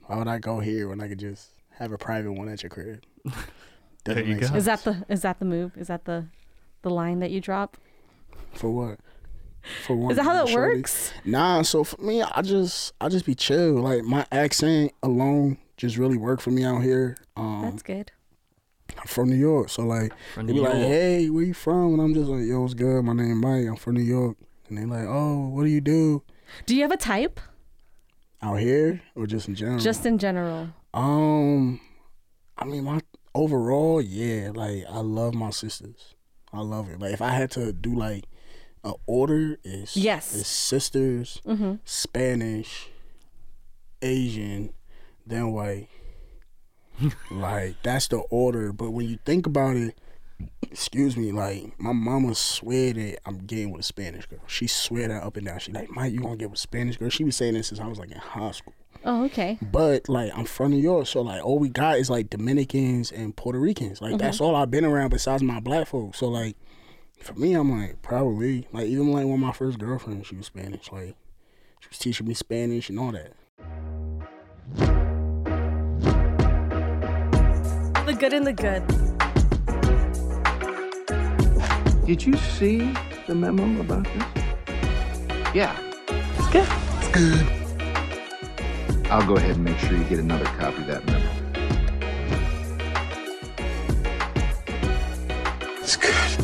S4: why would I go here when I could just have a private one at your crib? Doesn't
S3: There you
S4: make
S3: go.
S1: Is that the is that the move? Is that the the line that you drop?
S4: For what? For one.
S1: Is that how that
S4: shorty?
S1: works?
S4: Nah. So for me, I just I just be chill. Like my accent alone just really worked for me out here. Um,
S1: That's good.
S4: I'm from New York, so like
S3: From
S4: they be
S3: New
S4: like,
S3: York.
S4: "Hey, where you from?" And I'm just like, "Yo, what's good? My name Mike. I'm from New York." And they like, "Oh, what do you do
S1: Do you have a type?
S4: out here, or just in general?"
S1: Just in general.
S4: um, I mean, my overall, yeah, like I love my sisters. I love it. Like if I had to do like an order, it's
S1: Yes.
S4: it's sisters, Spanish, Asian, then white. like that's the order. But when you think about it, excuse me, like my mama swear that I'm getting with a Spanish girl. She swear that up and down. She like, Mike, you gonna get with a Spanish girl? She was saying this since I was like in high school.
S1: Oh, okay.
S4: But like I'm from New York, so like all we got is like Dominicans and Puerto Ricans. Like that's all I've been around besides my black folks. So like for me, I'm like probably like even like when my first girlfriend, she was Spanish. Like she was teaching me Spanish and all that.
S1: The good and the good.
S2: Did you see the memo about this? Yeah.
S5: I'll go ahead and make sure you get another copy of that memo.
S6: It's good.